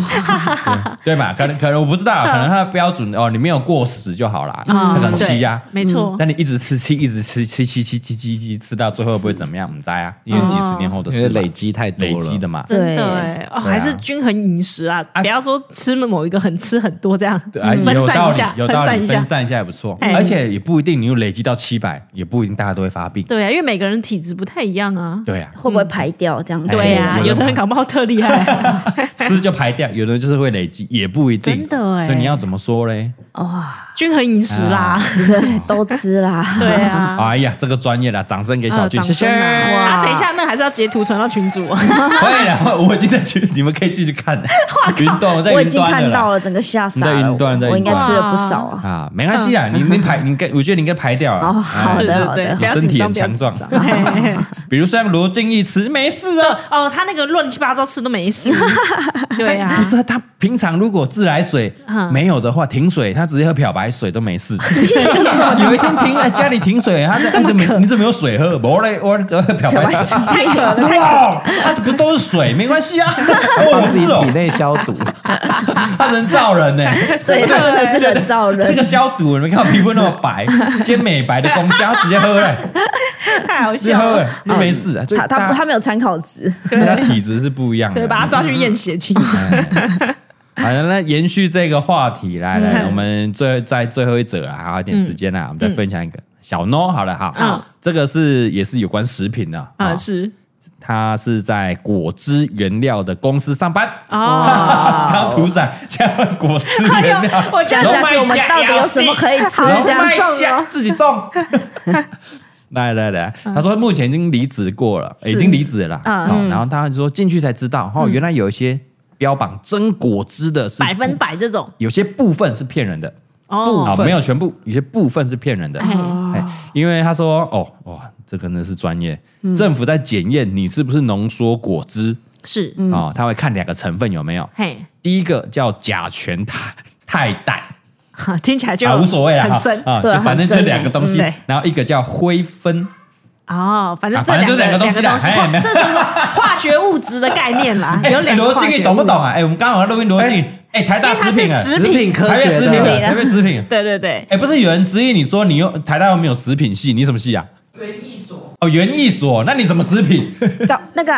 对吧？可能可能我不知道，可能它的标准哦，你没有过时就好啦，
嗯
它长七呀
对。
嗯
没错，
但你一直吃七，一直吃七七七七七七，吃到最后会不会怎么样？我们知道啊，因为几十年后的
因
事
为
嘛，
累积太多
累
了，
积的嘛。
真
对
的哎，哦，
对啊
还是均衡饮食啊，
啊
不要说吃某一个很吃很多这样，
对啊，
嗯分
有道
散一
理
下，，
有
分
道
散
理，
一下
分，散一下也不错，
哎
而且也不一定，你又累积到七百，也不一定大家都会发病。
对啊，因为每个人体质不太一样啊。
对啊，
会不会排掉这样子？
对啊，
哎
有的人搞不好特 厉害，
吃就排掉，有的人就是会累积，也不一定。
真的哎
所以你要怎么说嘞？
哇，
均衡饮食啦，
啊
对，都吃啦。
对啊。
哎呀，这个专业啦，掌声给小
啊
军，
掌
谢谢
声。 啊！啊，等一下，那还是要截图传到群 主。
会了，我今天去，你们可以继续看。云端， 我在
我已
云
经
端
看
的
到
啦。
了，整个吓傻
你在
了。
云端在云端
我应该吃了不少啊。
啊，没关系啊，你你排，你应该，我觉得你应该排掉了。
哦，好
哎
对
的，好
对对
的
不。要
身体
紧张
很
不要
强壮。
嘿嘿嘿
比如像罗晋一吃没事啊，
哦，他那个乱七八糟吃都没 事。对啊
不，是啊他平常如果自来水没有的话，停水他直接喝漂白水都没事。有一天停了家里停水，他在哎怎么你怎么有水喝？我嘞，我只喝漂白水。
太渴了，
哇，啊不都是水，没关系啊。哦，
帮自
是
己体
哦，
内消毒，
他人造人呢、
对，他真的是人造人。
这个消毒，你们看我皮肤那么 白，兼美白的功效，直接喝嘞，
太好
直接
笑
喝嘞
了。，
就没事啊。就
嗯他
大
他
家
他没有参考值，
大家体质是不一样的。嗯
对，把他抓去验血 清。
好了，那延续这个话题，来来，
嗯
我们最在最后一则啊，还有一点
嗯
时间啦，我们再分享一个小 no 好了哈，啊
嗯
这个是也是有关食品的
啊，
嗯
是
他是在果汁原料的公司上班，
哦，
当屠宰，现在果汁原料，
我这
这
样
样
想
下去我们到底有什么可以吃？
然后
这样
卖
重
家
哦。
自己种。 来来来，
嗯
他说目前已经离职过了，已经离职了啦。哦然后他就说进去才知道，哦，原来有一些标榜真果汁的是
嗯百分百这种
有些部分是骗人的，
哦，
啊，没有全部，有些部分是骗人的。
啊
哎，因为他说，哦，哇，这个呢是专业，
嗯
政府在检验你是不是浓缩果汁
是
啊，他会看两个成分有没有，
嘿，
第一个叫甲醛肽肽氮。
哈听起来就
啊，无所谓啦，
很
哈
深
啊，就
对啊
反正
很
就
深
两个东西
嗯对，
然后一个叫灰分，
哦，反正
啊
这
反正就
两
两个
个
东西啦
两
嘿没
个
有
这是什么化学物质的概念啦？有
哎
两个
罗
化
晋
学
你
物
懂不懂？啊？哎，我们刚好在录音罗晋，哎，台大
因
食
为它是
品啊，
食
食品科
台
学
北食品啊，
的，
台北食品，
对对对，
哎，不是有人质疑你说你又台大又没有食品系，你什么系啊？园艺所哦，园艺所，那你什么食品？
到那个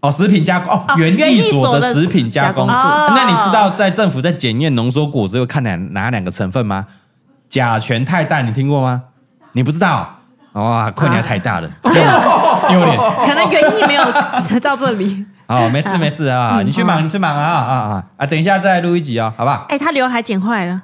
哦，食品加工哦，园艺所的食品加工
园艺所的
那你知道在政府在检验浓缩果汁又看哪哪两个成分吗？甲醛太氮，你听过吗？你不知道？哇，困难太大了，
啊
丢脸！
可能原意没有 到这里。
哦，没
嗯
事没事啊，你去忙你去忙啊啊啊啊！等一下再录一集哦，好不 好？
哎，他刘海剪坏了，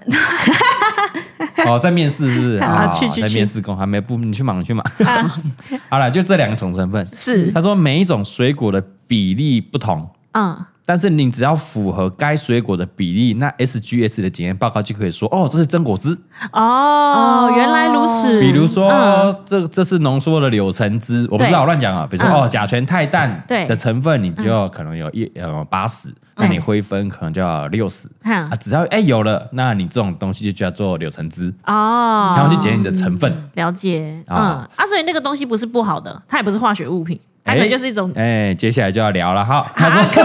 哦，在面试是不是？
啊
哦
去去啊
在
去
面试工还没不，你去忙你去忙。 好了，就这两种成分。
是
他说每一种水果的比例不同，
嗯，
但是你只要符合该水果的比例，那 SGS 的检验报告就可以说，哦，这是真果汁。
哦，原来如此。
比如说，
嗯
这这是浓缩的柳橙汁，我不知
对
道我乱讲啊。比如说，
嗯
哦，甲醛太氮
对嗯
的成分，你就可能有一呃八十，那你灰分可能就要六十
嗯
啊。只要哎有了，那你这种东西就叫做柳橙汁，
哦，
然后去检你的成分。
了解，嗯
啊
啊，所以那个东西不是不好的，它也不是化学物品，它
哎
可能就是一种
哎，接下来就要聊了哈。他说，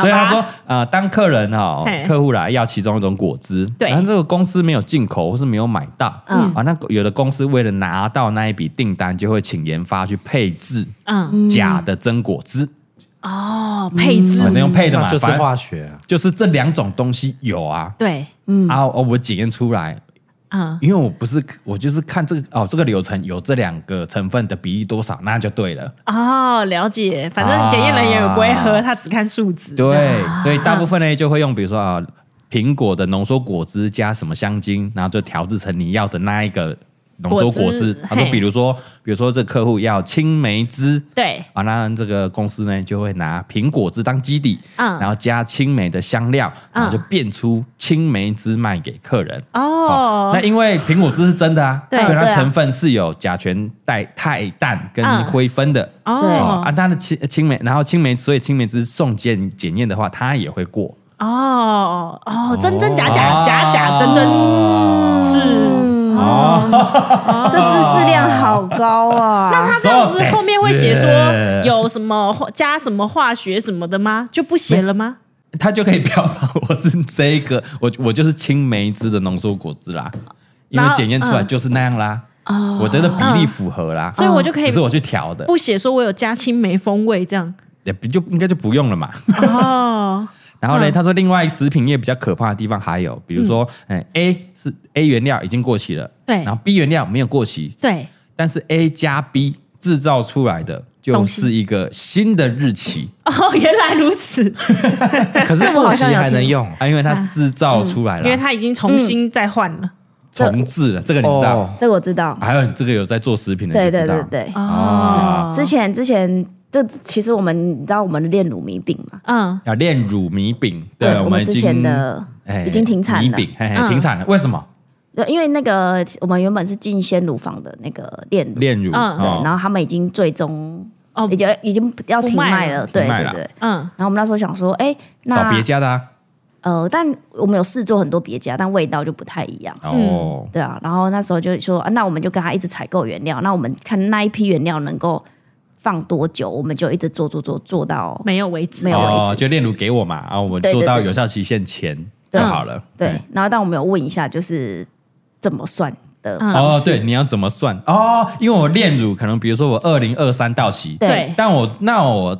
所以他
啊
说，呃，当客人哦
嘿，
客户来要其中一种果汁，
对
然后这个公司没有进口或是没有买到，
嗯
啊，那有的公司为了拿到那一笔订单，就会请研发去配置
嗯
假的真果汁，
哦配置
反正用配的嘛，
那就是
反正
化学啊。
就是这两种东西有啊，
对，
啊，哦，我检验出来。
嗯
因为我不是，我就是看这个哦，这个流程有这两个成分的比例多少，那就对了。
哦了解，反正检验人员也不会喝，
啊
他只看数值，
对，所以大部分呢就会用，比如说啊，苹果的浓缩果汁加什么香精，然后就调制成你要的那一个浓缩果
果
汁
汁。
他说，
嘿
比如说，比如说这客户要青梅汁。
对
啊，那这个公司呢就会拿苹果汁当基底，
嗯
然后加青梅的香料，然后就变出青梅汁卖给客人。
哦
那因为苹果汁是真的啊，
对
所以它
对啊
成分是有甲醛、带肽氮跟
嗯
灰分的。哦
哦
啊，它的青青梅，然后青梅，所以青梅汁送检检验的话，它也会过。
哦哦哦真真假假假假真真
哦
是
哦
嗯这知识量好高 啊！
那他这样子
So
后面会写说
this
有什么化加什么化学什么的吗？就不写了吗？
他就可以标榜 我是这个，我我就是青梅汁的浓缩果汁啦，因为
然后嗯哦
检验出来就是那样啦，我的的比例符合啦，
所以我就可以
只嗯是我去调的，
不写说我有加青梅风味这样。
也不就应该就不用了嘛。
嗯哦，
然后呢，
嗯
他说另外食品业比较可怕的地方还有，比如说，嗯，A 是 A 原料已经过期了，
对
然后 B 原料没有过期，
对，
但是 A 加 B 制造出来的就
东西
是一个新的日期，
哦，原来如此，
啊
可是过期还能用
啊，因为它制造出来
嗯
因
了，
为他已经重新再换了。
重置了，这个你知道。
哦，
这个我知道，
还有你这个有在做食品的，
对
你就
对
知道
对对。
嗯
啊
之前之前，这其实我们你知道我们炼乳米饼嘛？
嗯，
啊，炼乳米饼，
对
我
我们
已
之
经
前的
哎
已经停产
米
了
饼嘿嘿
嗯
停产了，为什么？
对，因为那个我们原本是进鲜乳坊的那个炼乳，
炼乳，
嗯
对，
哦
然后他们已经最终
哦
已，经已经要停卖了，
不
对
卖
对
了
对。
嗯，
然后我们那时候想说，哎，
找
那
别家的啊，
呃，但我们有试做很多别家，但味道就不太一样。
哦，
对啊，然后那时候就说，啊、那我们就跟他一直采购原料，那我们看那一批原料能够放多久，我们就一直做做做做到
没有为止，
没有为止
哦，就炼乳给我嘛，啊，我们
对对
做到
对
有效期限前就
对
好了，
对
哎。。
然后但我们有问一下，就是怎么算的
嗯
方
哦，
式，
对，你要怎么算？哦，因为我炼乳可能，比如说我二零二三到期，
对
但我那我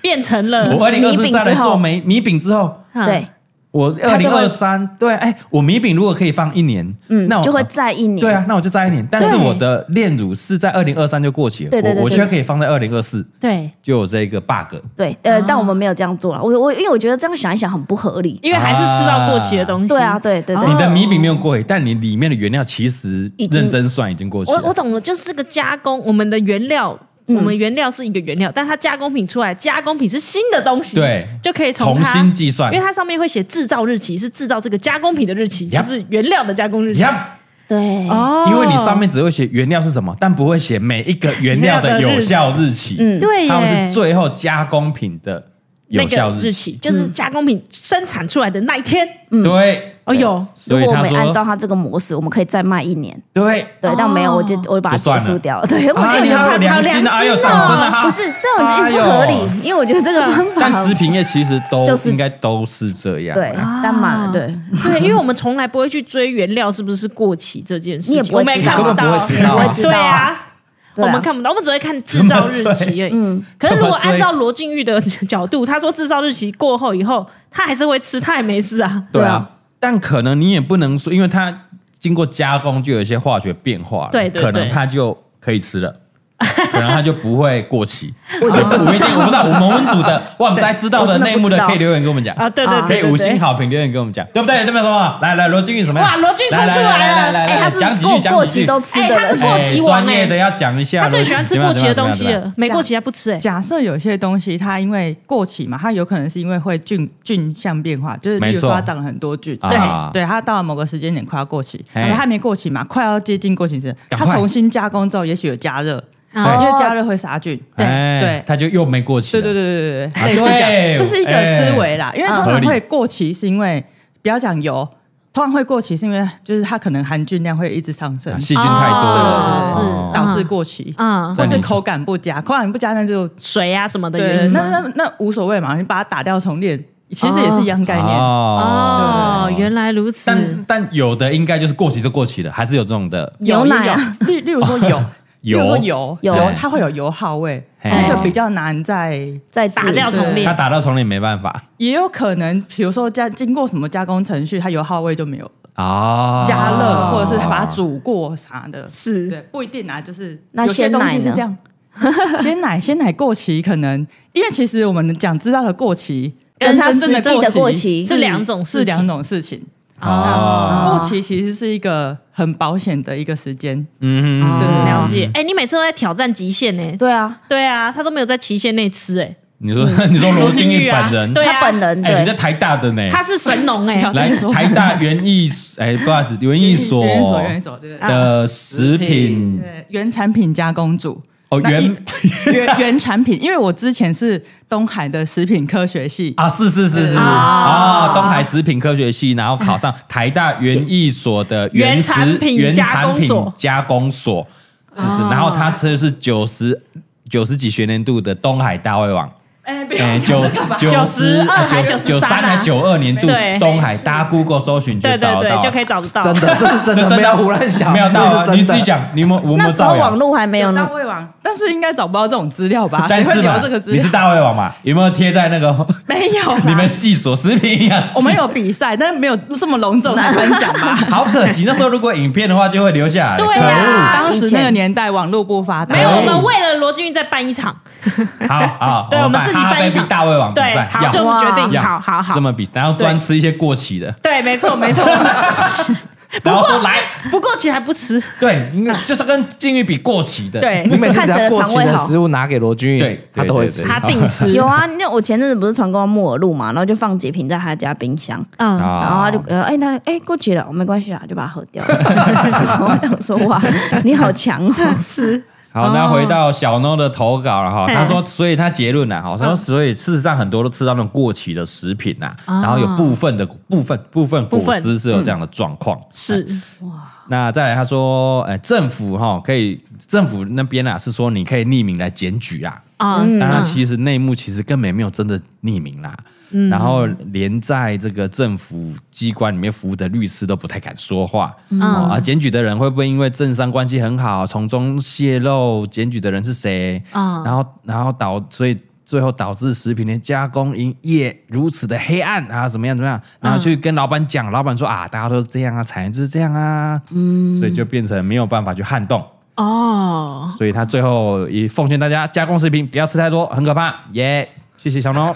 变成 了
我二零二
米
四
饼
再来
之后
做 米米饼之后，
嗯
对
我二
它
零
就
二
会
三对，哎，我米饼如果可以放一年，
嗯
那我，
就会在一年，
对啊，那我就再一年。但是
对
我的炼乳是在二零二三就过期了，
对对对
我我
对
却可以放在二零二四，
对，
就有这个 bug。
对呃，但我们没有这样做了，我我因为我觉得这样想一想很不合理，
哦因为还是吃到过期的东西。
对啊，，对对
哦
对，
你的米饼没有过期，但你里面的原料其实
已经
认真算已经过期
我我
了。
懂了，就是这个加工，我们的原料。我们原料是一个原料，但它加工品出来，加工品是新的东西，
对
就可以
重
它
新计算
因为它上面会写制造日期，是制造这个加工品的日期，
Yup
就是原料的加工日期。
呀，
对，
哦
因为你上面只会写原料是什么，但不会写每一个原料的有效日期。
嗯
对耶
他们是最后加工品的
那
有效
个
日
日期，就是加工品生产出来的那一天。
对，啊
哦哟，
如
所以
果我
他
们按照
说
他这个模式，我们可以再卖一年，
对。
对，但没有，我就
哦
我就把它
就算
结
了
束掉了，对，我
啊
就
你
觉
好
得
有
他
良心啊！哎呦，掌声啊！
哦不是，这种
哎
就
呦
不合理，因为我觉得这个方法
但食品业其实都
就是
应该都是这样，啊
对，
啊
但满了对，
对，因为我们从来不会去追原料是不是过期这件事
你也
情，
不
我
会
们也
知道
看不
根本
到，
不会知道啊
不会知道
对
啊
啊，
对
我
啊
们看不到，我们只会看制造日期而已。嗯，可是如果按照罗晋玉的角度，他说制造日期过后以后，他还是会吃，他也没事啊。
对
对
啊
啊，
但可能你也不能说，因为它经过加工就有一些化学变化了，
对对
可能
对
它就可以吃了。可能它就不会过期，啊我就不一定，我不知道。我们文组的，哇，我们才知道
我
的
真的
内幕
不
的
知，道
可以留言跟我们讲
啊，对对
啊
可
对，
以
对
五
对
星好评留言跟我们讲，对不对？对没有错。来来，罗俊宇怎么样？
哇罗俊宇冲出来了
来来来来
哎，
来，
他是
讲几句，
过
讲
过
几
期
句
都吃
哎
的
他是
人，
过期王
哎专业
哎
的要讲一下，
他最喜欢吃过期的东西
了。
了，没过期还不吃哎。
假设有些东西它因为过期嘛，它有可能是因为会菌菌相变化，就是比
没
如
错
说它长了很多菌，
啊
对，它到了某个时间点快要过期，
嘿
可是它还没过期嘛，快要接近过期时，
赶
它
快
重新加工之后，也许有加热，因
哦
为加热会杀菌，
对
哎
对
他就又没过期
对
了。
对对对
啊
对，类似这
对哎
样，这是一个思维啦，因为通
合
常
理
会过期是因为不要讲油，通常会过期是因为就是它可能含菌量会一直上升
啊，细菌太多了，
哦
对
是
哦
导致过期。
嗯，
或
对
是
没错
口感不佳，口感不佳那就
水啊什么的原
对，
因吗
那那那无所谓嘛，你把它打掉重练，其实也是一样概念。
哦，
啊
原来如此。
但但有的应该就是过期就过期了，还是有这种的。，
有
牛奶啊，
有例例如说油
油
例如说油
油
油，它会有油耗味，
嘿
那个比较难在，
在
打掉重
他
练，
打到丛林没办法
也有可能，比如说加经过什么加工程序，它油耗味就没有
啊
加热，或者是把它煮过啥的，
是
对，不一定啊，就是
那
有些
鲜
东
奶
西是
呢
这样。 鲜奶，鲜奶过期可能，因为其实我们讲知道的过期
跟它
真正
实际的过
过
期
是两种事
是
情
两种事情。啊
哦，
过期其实是一个很保险的一个时间，
嗯，
了解。哎，你每次都在挑战极限呢。
对啊，
对啊，他都没有在期限内吃哎。
你说 你说罗金玉本人，
对啊
他本人
哎，你在
对，
台大的呢？
他是神农哎，
来台大园艺，哎，不好意思，园艺所
园艺所，园艺所，对不对？
的食品
对，原产品加工组，
哦，
那
原
一 原原产品，因为我之前是东海的食品科学系，
啊，是是是是啊，东海食品科学系，然后考上台大园艺所的原食
原产品
原
加
产
工
品
所
加工所，是是，然后他吃的是九十九十几学年度的东海大胃王。
哎，不
哎，九九十
92还
九九
93
三还
啊
九二年度
对
东海，大家 Google 搜寻就
对对
找得到
对，
了，
就可以找得到。
真的，这是真
这
的，
真
不
的
要胡乱想，
没有到啊，
这
你
是真
自
的
己。讲，你有没有我有没
那
有
时候
造谣
网？络还没有呢
大，胃王，但是应该找不到这种资料吧？
但
谁会
是嘛
留这个，资
你
料？
是大胃王嘛？有没有贴在那个
没有啦，
你们系所食品营养系？
我们有比赛，但是没有这么 隆重的颁奖吧？
好可惜，那时候如果影片的话就会留下来。
对啊
可恶
呀，
当时那个年代网络不发达，
没有，我们为了罗俊义再办一场，
好好，
对，我们
把
自己
哈哈
办一
baby
场
大胃王比
对
赛，，
好，
要
就我们决定，
要
好好好
这，么比赛，然后专吃一些过期的，
对，没错 没错。
然后说来，
不过其实还不吃，
对，嗯就是跟金鱼比过期的，
对
你，每次只要过
看起
期
来肠胃
的
好
食物拿给罗君
对
宇，他
对
都会
对
吃
对。
他定 吃。
有啊，那我前阵子不是传过木耳露嘛，然后就放截屏在他家冰箱，
嗯，
然后
啊
他就呃，哎、他哎、过期了，没关系啊，就把它喝 掉了。我想说哇，你好强哦，是
好，那回到小诺的投稿了哈，
哦嗯
他说，所以他结论呐，啊哈，他说，所以事实上很多都吃到那种过期的食品呐，然后有部分的部分部分
哦部
果
分嗯
汁是有这样的状况，
是
那再来，他说，呃，政府哈、可以，政府那边啊是说你可以匿名来检举啊，
啊，
但他其实内幕其实根本也没有真的匿名啦。然后连在这个政府机关里面服务的律师都不太敢说话、哦、啊，检举的人会不会因为政商关系很好，从中泄露检举的人是谁？
嗯
然后然后导所以。最后导致食品的加工营业如此的黑暗啊，怎么样怎么样？然后去跟老板讲，老板说啊，大家都这样啊，产业就是这样啊，嗯，所以就变成没有办法去撼动。
哦，
所以他最后也奉劝大家，加工食品不要吃太多，很可怕。耶、谢谢小 农，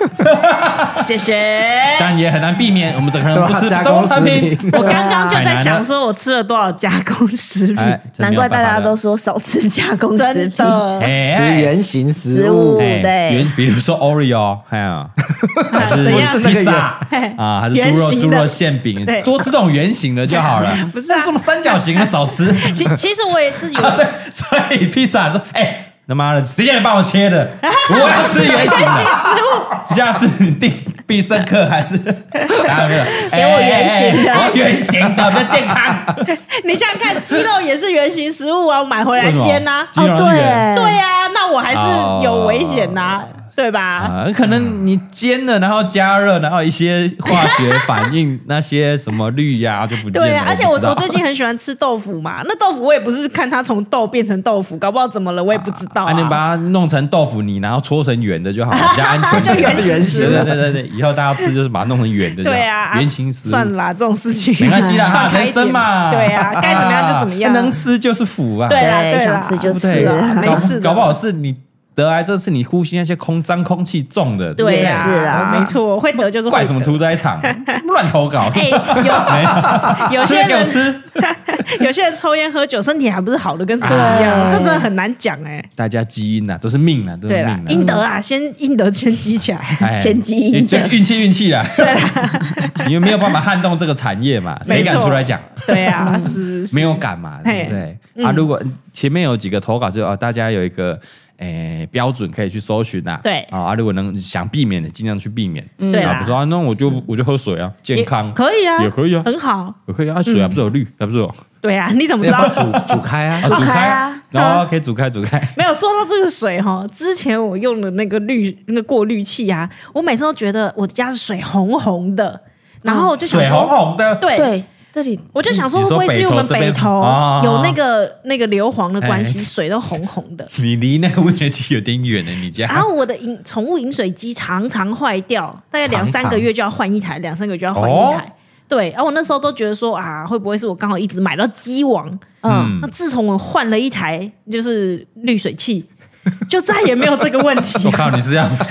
谢 谢。
但也很难避免，我们整个人
对啊
不 吃
加
加工
工
产
食
品。
品，
我刚刚就在
太难
想，
了
说我嗯吃了多少加工食品，
哎
难怪大家都说少吃加工食
真
品。
的。
哎
吃
哎
圆形食
食
物
物，对
原比如说 Oreo，还 有还是
怎样
披萨
嘿
啊，还是 猪
圆
肉
形
猪
的
肉馅饼
对，
多吃这种圆形的就好了。
不是啊
那什么三角形的少吃
其其实我也是有
啊？ 对，所以披萨说，哎。他妈的，谁叫你帮我切 的？我要吃圆形的。
食物，
下次你定必胜客还是 打没有？给
我圆形的
圆形的比较健康。
你想想看，鸡肉也是原型食物啊，我买回来煎呐、
为什么鸡肉
哦，
是
对
圆
耶，
对啊呀、那我还是有危险呐、对吧？
啊，可能你煎了，然后加热，然后一些化学反应，那些什么氯呀就不见了。
对呀、而且我
不知道
我最近很喜欢吃豆腐嘛，那豆腐我也不是看它从豆变成豆腐，搞不好怎么了，我也不知 道
啊，你
啊。
把它弄成豆腐泥，然后搓成圆的就好了，比较安全。
就 圆
形食物
对对对对，以后大家吃就是把它弄成圆的就好。
对啊，
圆形食物
算了啦，这种事情
没关系啦，
放
哈
开一
人
点
生嘛。哎
对 啊，该怎么样就怎么样，
能吃就是福啊。
对啦
对
对啦，
想吃就
不
吃
对
啊，
没事的
搞搞不好是你得癌症，是你呼吸那些空脏空气重的，对不
对
对
啊，
是啊
没错，会得就是会
怪什么
得
屠宰场，啊 乱投稿，是
哎、 有有
吃
些
给我
人
吃。
有些人抽烟喝酒，身体还不是好的跟什么一样，这真的很难讲哎、
大家基因呐，啊都是命呐，都是
对啦，
命啊呐。
应得啦，先应得先积起来。
哎
先基因
这
的
运气运气啦， 因为没有办法撼动这个产业嘛，谁敢
啊没错
出来讲？
对啊，
嗯
是嗯是
没有敢嘛，对不对？啊，如果前面有几个投稿就，啊，大家有一个诶标准可以去搜寻呐，
对
啊，啊如果能想避免的，尽量去避免。
对
啊，
啦
比如，说啊，那我就我就喝水啊，健
也
康
可以啊，
也可以啊
很好。
我可以啊，水还不是有氯，还不是有啊，
对啊，你怎么知道
要不？要煮煮 开
嗯
啊？
哦煮
开
开
啊，
然后可以煮开 煮开，
没有说到这个水哈，之前我用的那个滤那个过滤器啊，我每次都觉得我家的水红红的，然后我就想
水红
说，
红的，
对
对，这里
我就想说，会不会是因为我们
你说北
北
投
投
这边哦
有那个那个硫磺的关系，
哎
水都红红的。
你离那个温泉区有点远呢，你家
然啊后我的饮宠物饮水机常常坏掉，大概两
常
三个月就要换一台，两三个月就要换一
哦
台。对，然后我那时候都觉得说啊，会不会是我刚好一直买到鸡王？
嗯，
那自从我换了一台就是滤水 器，就再也没有这个问题
我靠，你是这 样，
你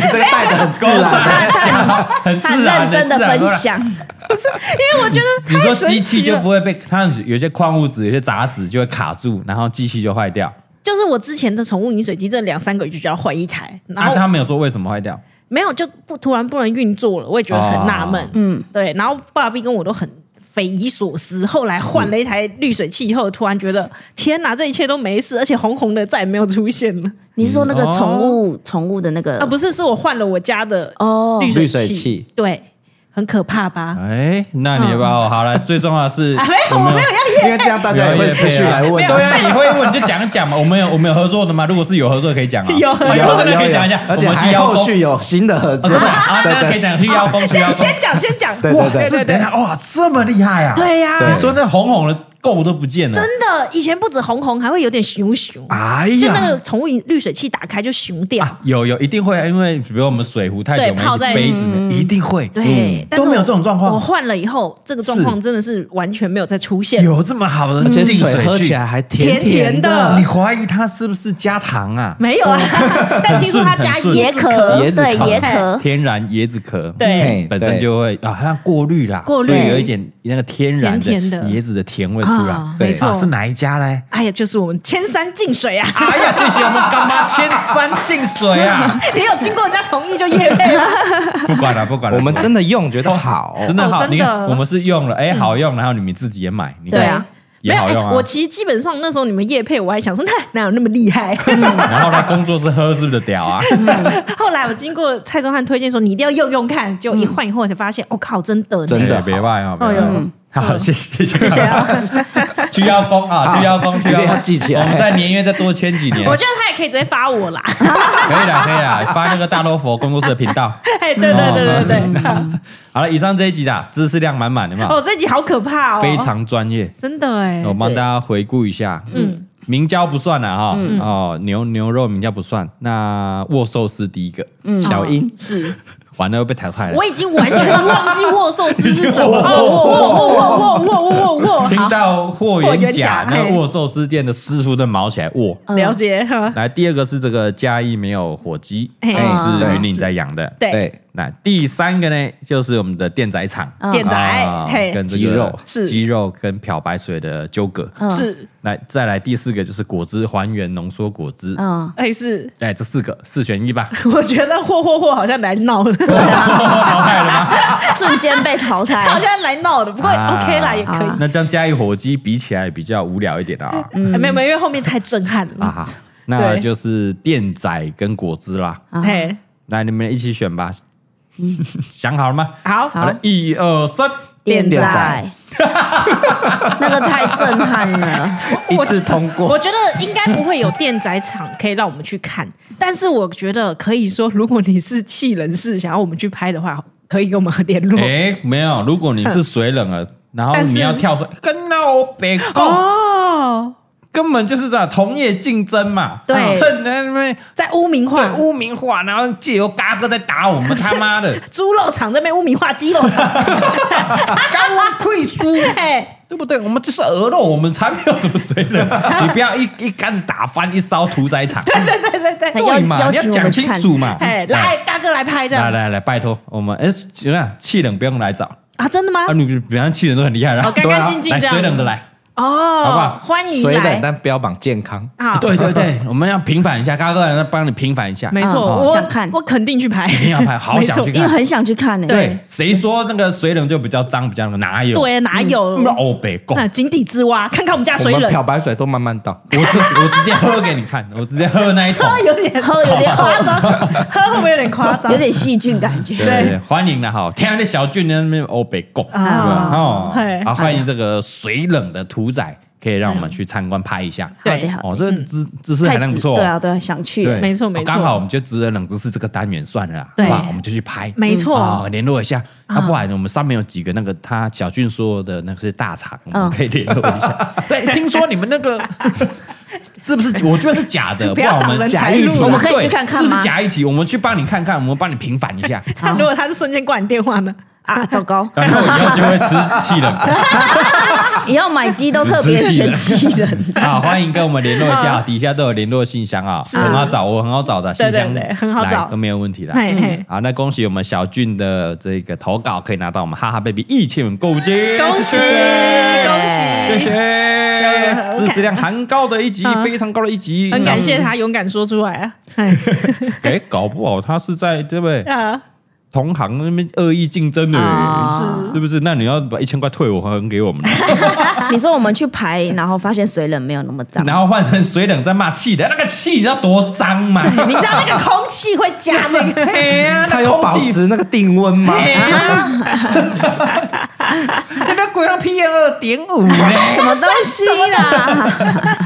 这个带的很自 然，啊
很
他
自然，
认真的
很自然
分。享，
因为我觉得
你说
太神
机器
奇
就
了
不会被它有些矿物质、有些杂质就会卡住，然后机器就坏掉。
就是我之前的宠物饮水机，这两三个月就要换一台，然
啊，
后
他没有说为什么坏掉，
没有就不突然不能运作了，我也觉得很纳闷。
哦
嗯，对，然后爸比跟我都很。匪夷所思。后来换了一台滤水器以后，突然觉得天哪，这一切都没事，而且红红的再也没有出现了
你是说
嗯
那个
哦
宠物宠物的那个
啊！不是，是我换了我家的
哦
滤
滤
水
水
器，
器
对，很可怕吧？
哎，那你要不要好了？最重要的是，
嗯 啊，没有，我没有要演。
因为这样大家也会持续来问。
对啊，你会问你就讲一讲嘛。我们有我们有合作的吗？如果是有合作可以讲啊，
有合作
合作的可以讲一下，
而且
我们去
还
邀功
后续有新的合
哦
作，
真的 啊，那可以讲去邀功，去邀功。
先先讲，先讲，
啊
对对对
是等一下，哇，这么厉害啊！
对呀、
你说那红红的垢都不见了，
真的，以前不止红红，还会有点熊熊，
哎
就那
呀，
个宠物饮滤水器打开就熊掉。
有有一定会啊，因为比如我们水壶太久
对
没
泡在
杯子，一定会
对，
嗯
但是
都没有这种状
我
况，
换了以后，这个状况
是
真的是完全没有再出现。
有这么好的
而且
净
水喝
器
起来还
甜甜
甜
的
你怀疑它是不是加糖啊？
没有啊？
哦
但听说他加
很顺
椰
椰子
壳，
椰子
对
壳
椰壳，
天然椰子壳，
对
嘿
本身就会啊，它过滤啦，
过滤
所以有一点那个天然
甜甜的
椰子的甜味出来
啊，
对
没错
啊是哪一家嘞？
哎呀，就是我们千山净水啊！
哎呀，谢谢我们干妈千山净水啊！
你有经过人家同意就叶 配了，
不管了，不管了，
我们真的用觉得
哦
好，
真的
哦
好，
真的嗯
你看我们是用了，哎，好用，然后你们自己也买，你看
对啊，
也好
哎
用啊
我。其实基本上那时候你们叶配，我还想说，那哪有那么 厉害？
然后他工作是喝是不是屌啊？
后来我经过蔡宗翰推荐说，你一定要用用看，结果一换以后才发
嗯
现，我、哦靠，真的呢
真的
哎别卖啊，别卖
哎呦
好，谢谢谢谢啊， 去邀功啊，去邀功，去邀
一定要
功，
记起来
我们在年月再多签几年，
我觉得他也可以直接发我啦。
可以啦，可以啦，发那个大罗佛工作室的频道。
哎，对对对对对，
好了，以上这一集啊，知识量满满的嘛，
哦，这集好可怕哦，
非常专业。
真的哎
我，帮大家回顾一下，嗯，明胶不算了哈，
嗯
哦，牛牛肉明胶不算，那握寿司第一个，
小英
嗯是
完了又被淘汰了
我。已经完全忘记握寿司是什么，哦握握握握握握握握，
听
好，
到霍元甲
霍元甲
那
嘿
握寿司店的师傅在毛起来握。
了解， 呵
来，第二个是这个嘉义没有火鸡，
嘿
哎是
对
云岭在养的。哎
对，
对
那第三个呢，就是我们的电仔厂，
嗯电
啊
仔，嘿
跟，这个
鸡肉
是
鸡肉跟漂白水的纠葛。
嗯
是，
来，再来第四个就是果汁还原浓缩果汁。
嗯，
哎是，
哎，这四个四选一吧，
我觉得霍霍霍好像来闹的，
淘汰了吗？
瞬间被淘
好
汰。
像来闹的，不过
啊
OK 啦，也可以
啊。
那这样嘉义火鸡比起来比较无聊一点啊
哎没有，没有因为后面太震撼了。
啊，那就是电仔跟果汁啦。
嘿，
来，你们一起选吧。 想好了吗？
好，
好了，一二三，
电
电
在
在，
那个太震撼了。
一致通过
我。觉得应该不会有电仔场可以让我们去看，但是我觉得可以说，如果你是气人士，想要我们去拍的话，可以跟我们联 络。
哎，没有，如果你是水冷了，然后
但是
你要跳出来，跟老北共，
哦，
根本就是在同业竞争嘛。
对
趁那边
在污名化
对污名化，然后借由嘎哥在打我们，他妈的，
猪肉厂这边污名化鸡肉厂，
干我愧输，
哎，
对不对？我们就是鹅肉，我们才没有什么水冷。你不要一一竿子打翻一艘屠宰场，
还要
对嘛？
邀
你要
请我
讲
们去
清
看，
楚嘛。
哎，来大哥来拍这
来
样
来来，拜托我们哎，怎么样？气冷不用来找啊，
啊？真的吗？
你平常气冷都很厉害了，
哦，干干净净
啊来
这
水冷
样
的来。好不好
哦，欢迎
水冷
来
但标榜健康，
啊！
对对对，我们要平反一下，嘎哥来帮你平反一下，
没错，
嗯
我
想看
我肯定去拍，
一定要拍，好想去
因为
看。欸
很想去看呢。
对，谁说那个水冷就比较脏，比较那个哪有？
对，啊哪有
我们欧北贡
那，井底之蛙？看看我们家
我
水
们
冷，
漂白水都慢 慢倒。
我直我直接喝给你看，我直接喝那一桶。
有点
喝有点
夸张，喝会不会有点 夸张？
有点细菌感觉。
对对对，欢迎了哈！天然的小俊呢，那边欧北贡，对吧？哦
啊嘿，
好，欢迎这个水冷的屠宰，可以让我们去参观拍一下。
好的
对，
好
哦，这个知知识
的，
含
太
量不
值
错。哦
对啊，对啊，想去。
对，哦
没错没错
刚好我们就知了冷知识这个单元算了啦，
对
好吧？我们就去拍，
没错
啊，联络一下。啊，不然我们上面有几个那个他小俊说的那些大厂，我
哦
们可以联络一 下。对，听说你们那个是不是？我觉得是假的，
不
不
要
然我
挡人
们
财
假议
路
题
啊
我们可以
对
去看看
是
吗
不是假一集？我们去帮你看看，我们帮你平反一下。
看如果他是瞬间挂你电话呢？
啊，糟糕！
然后以后就会吃气冷
以后买鸡都特别选鸡人。
啊！欢迎跟我们联络一下，底下都有联络信箱啊，很好找，我很好找的信
对对
箱
对，很好找
来都没有问题的。嗯
嘿嘿，
好，那恭喜我们小俊的这个投稿可以拿到我们哈哈 baby 一千元购物金，
恭喜
谢谢
恭
谢
喜，
谢，知识量很高的一集，非常高的一集，
嗯
嗯
很感谢他勇敢说出来啊！哎
哎，搞不好他是在对不对？
啊，
同行那边恶意竞争的，
啊
是不是？那你要把一千块退我，还给我 们，
你说我们去排，然后发现水冷没有那么脏，
然后换成水冷在骂气的，那个气你知道多脏吗？
你知道那个空气会加 那个
嘿
啊
呀，
它有保持那个定 温吗？
那鬼到 PM 二点五呢？
什么东西 啦？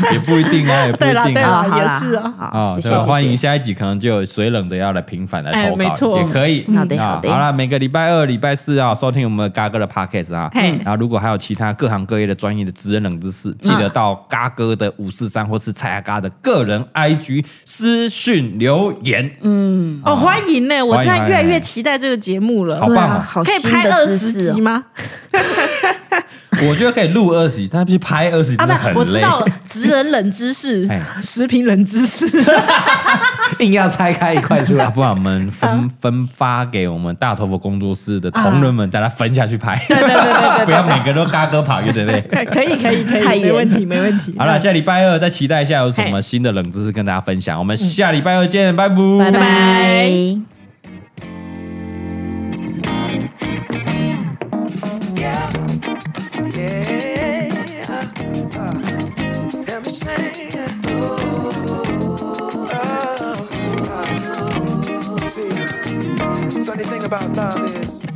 也不一定啊，也不
对啦
一定
对
啊。
啦
好，
也
啦
是啊。
啊，
好，谢
对
谢，
吧？欢迎
谢谢。
下一集可能就有水冷的要来平反来
哎
投稿，
没错
也可以。
好的
啊
好的
好了，每个礼拜二、礼拜四啊，收听我们嘎哥的 podcast 啊。
嘿嗯
然后如果还有其他各行各业的专业的职人冷知识，记得到嘎哥的五四三或是蔡阿嘎的个人 IG 私讯留言，啊
哦，欢迎呢！我
欢迎
现在越来
欢迎
越期待这个节目了
好。
对
棒
啊，
啊！
好
可以
新
拍
的
二
知
十
识哦
集吗？
我觉得可以录二十集，但必须拍二十集
啊，
真的
不，我
很
知
累。
道了，职人冷知识
哎，
食品冷知识，
硬要拆开一块出
要
来，
不然我们分分发给我们大头佛工作室的同仁们，大家分下去拍。对对对对，不要每个都嘎哥跑，有点 累。
可以，可以，可
太
以，
远
哎没问题，没问题。
好了，下礼拜二再期待一下有什么新的冷知识跟大家分享。我们下礼拜二见，嗯拜拜。
拜
拜
拜。
Yeah, yeah. Uh, let me say, ooh, oh, oh. See, funny thing about love is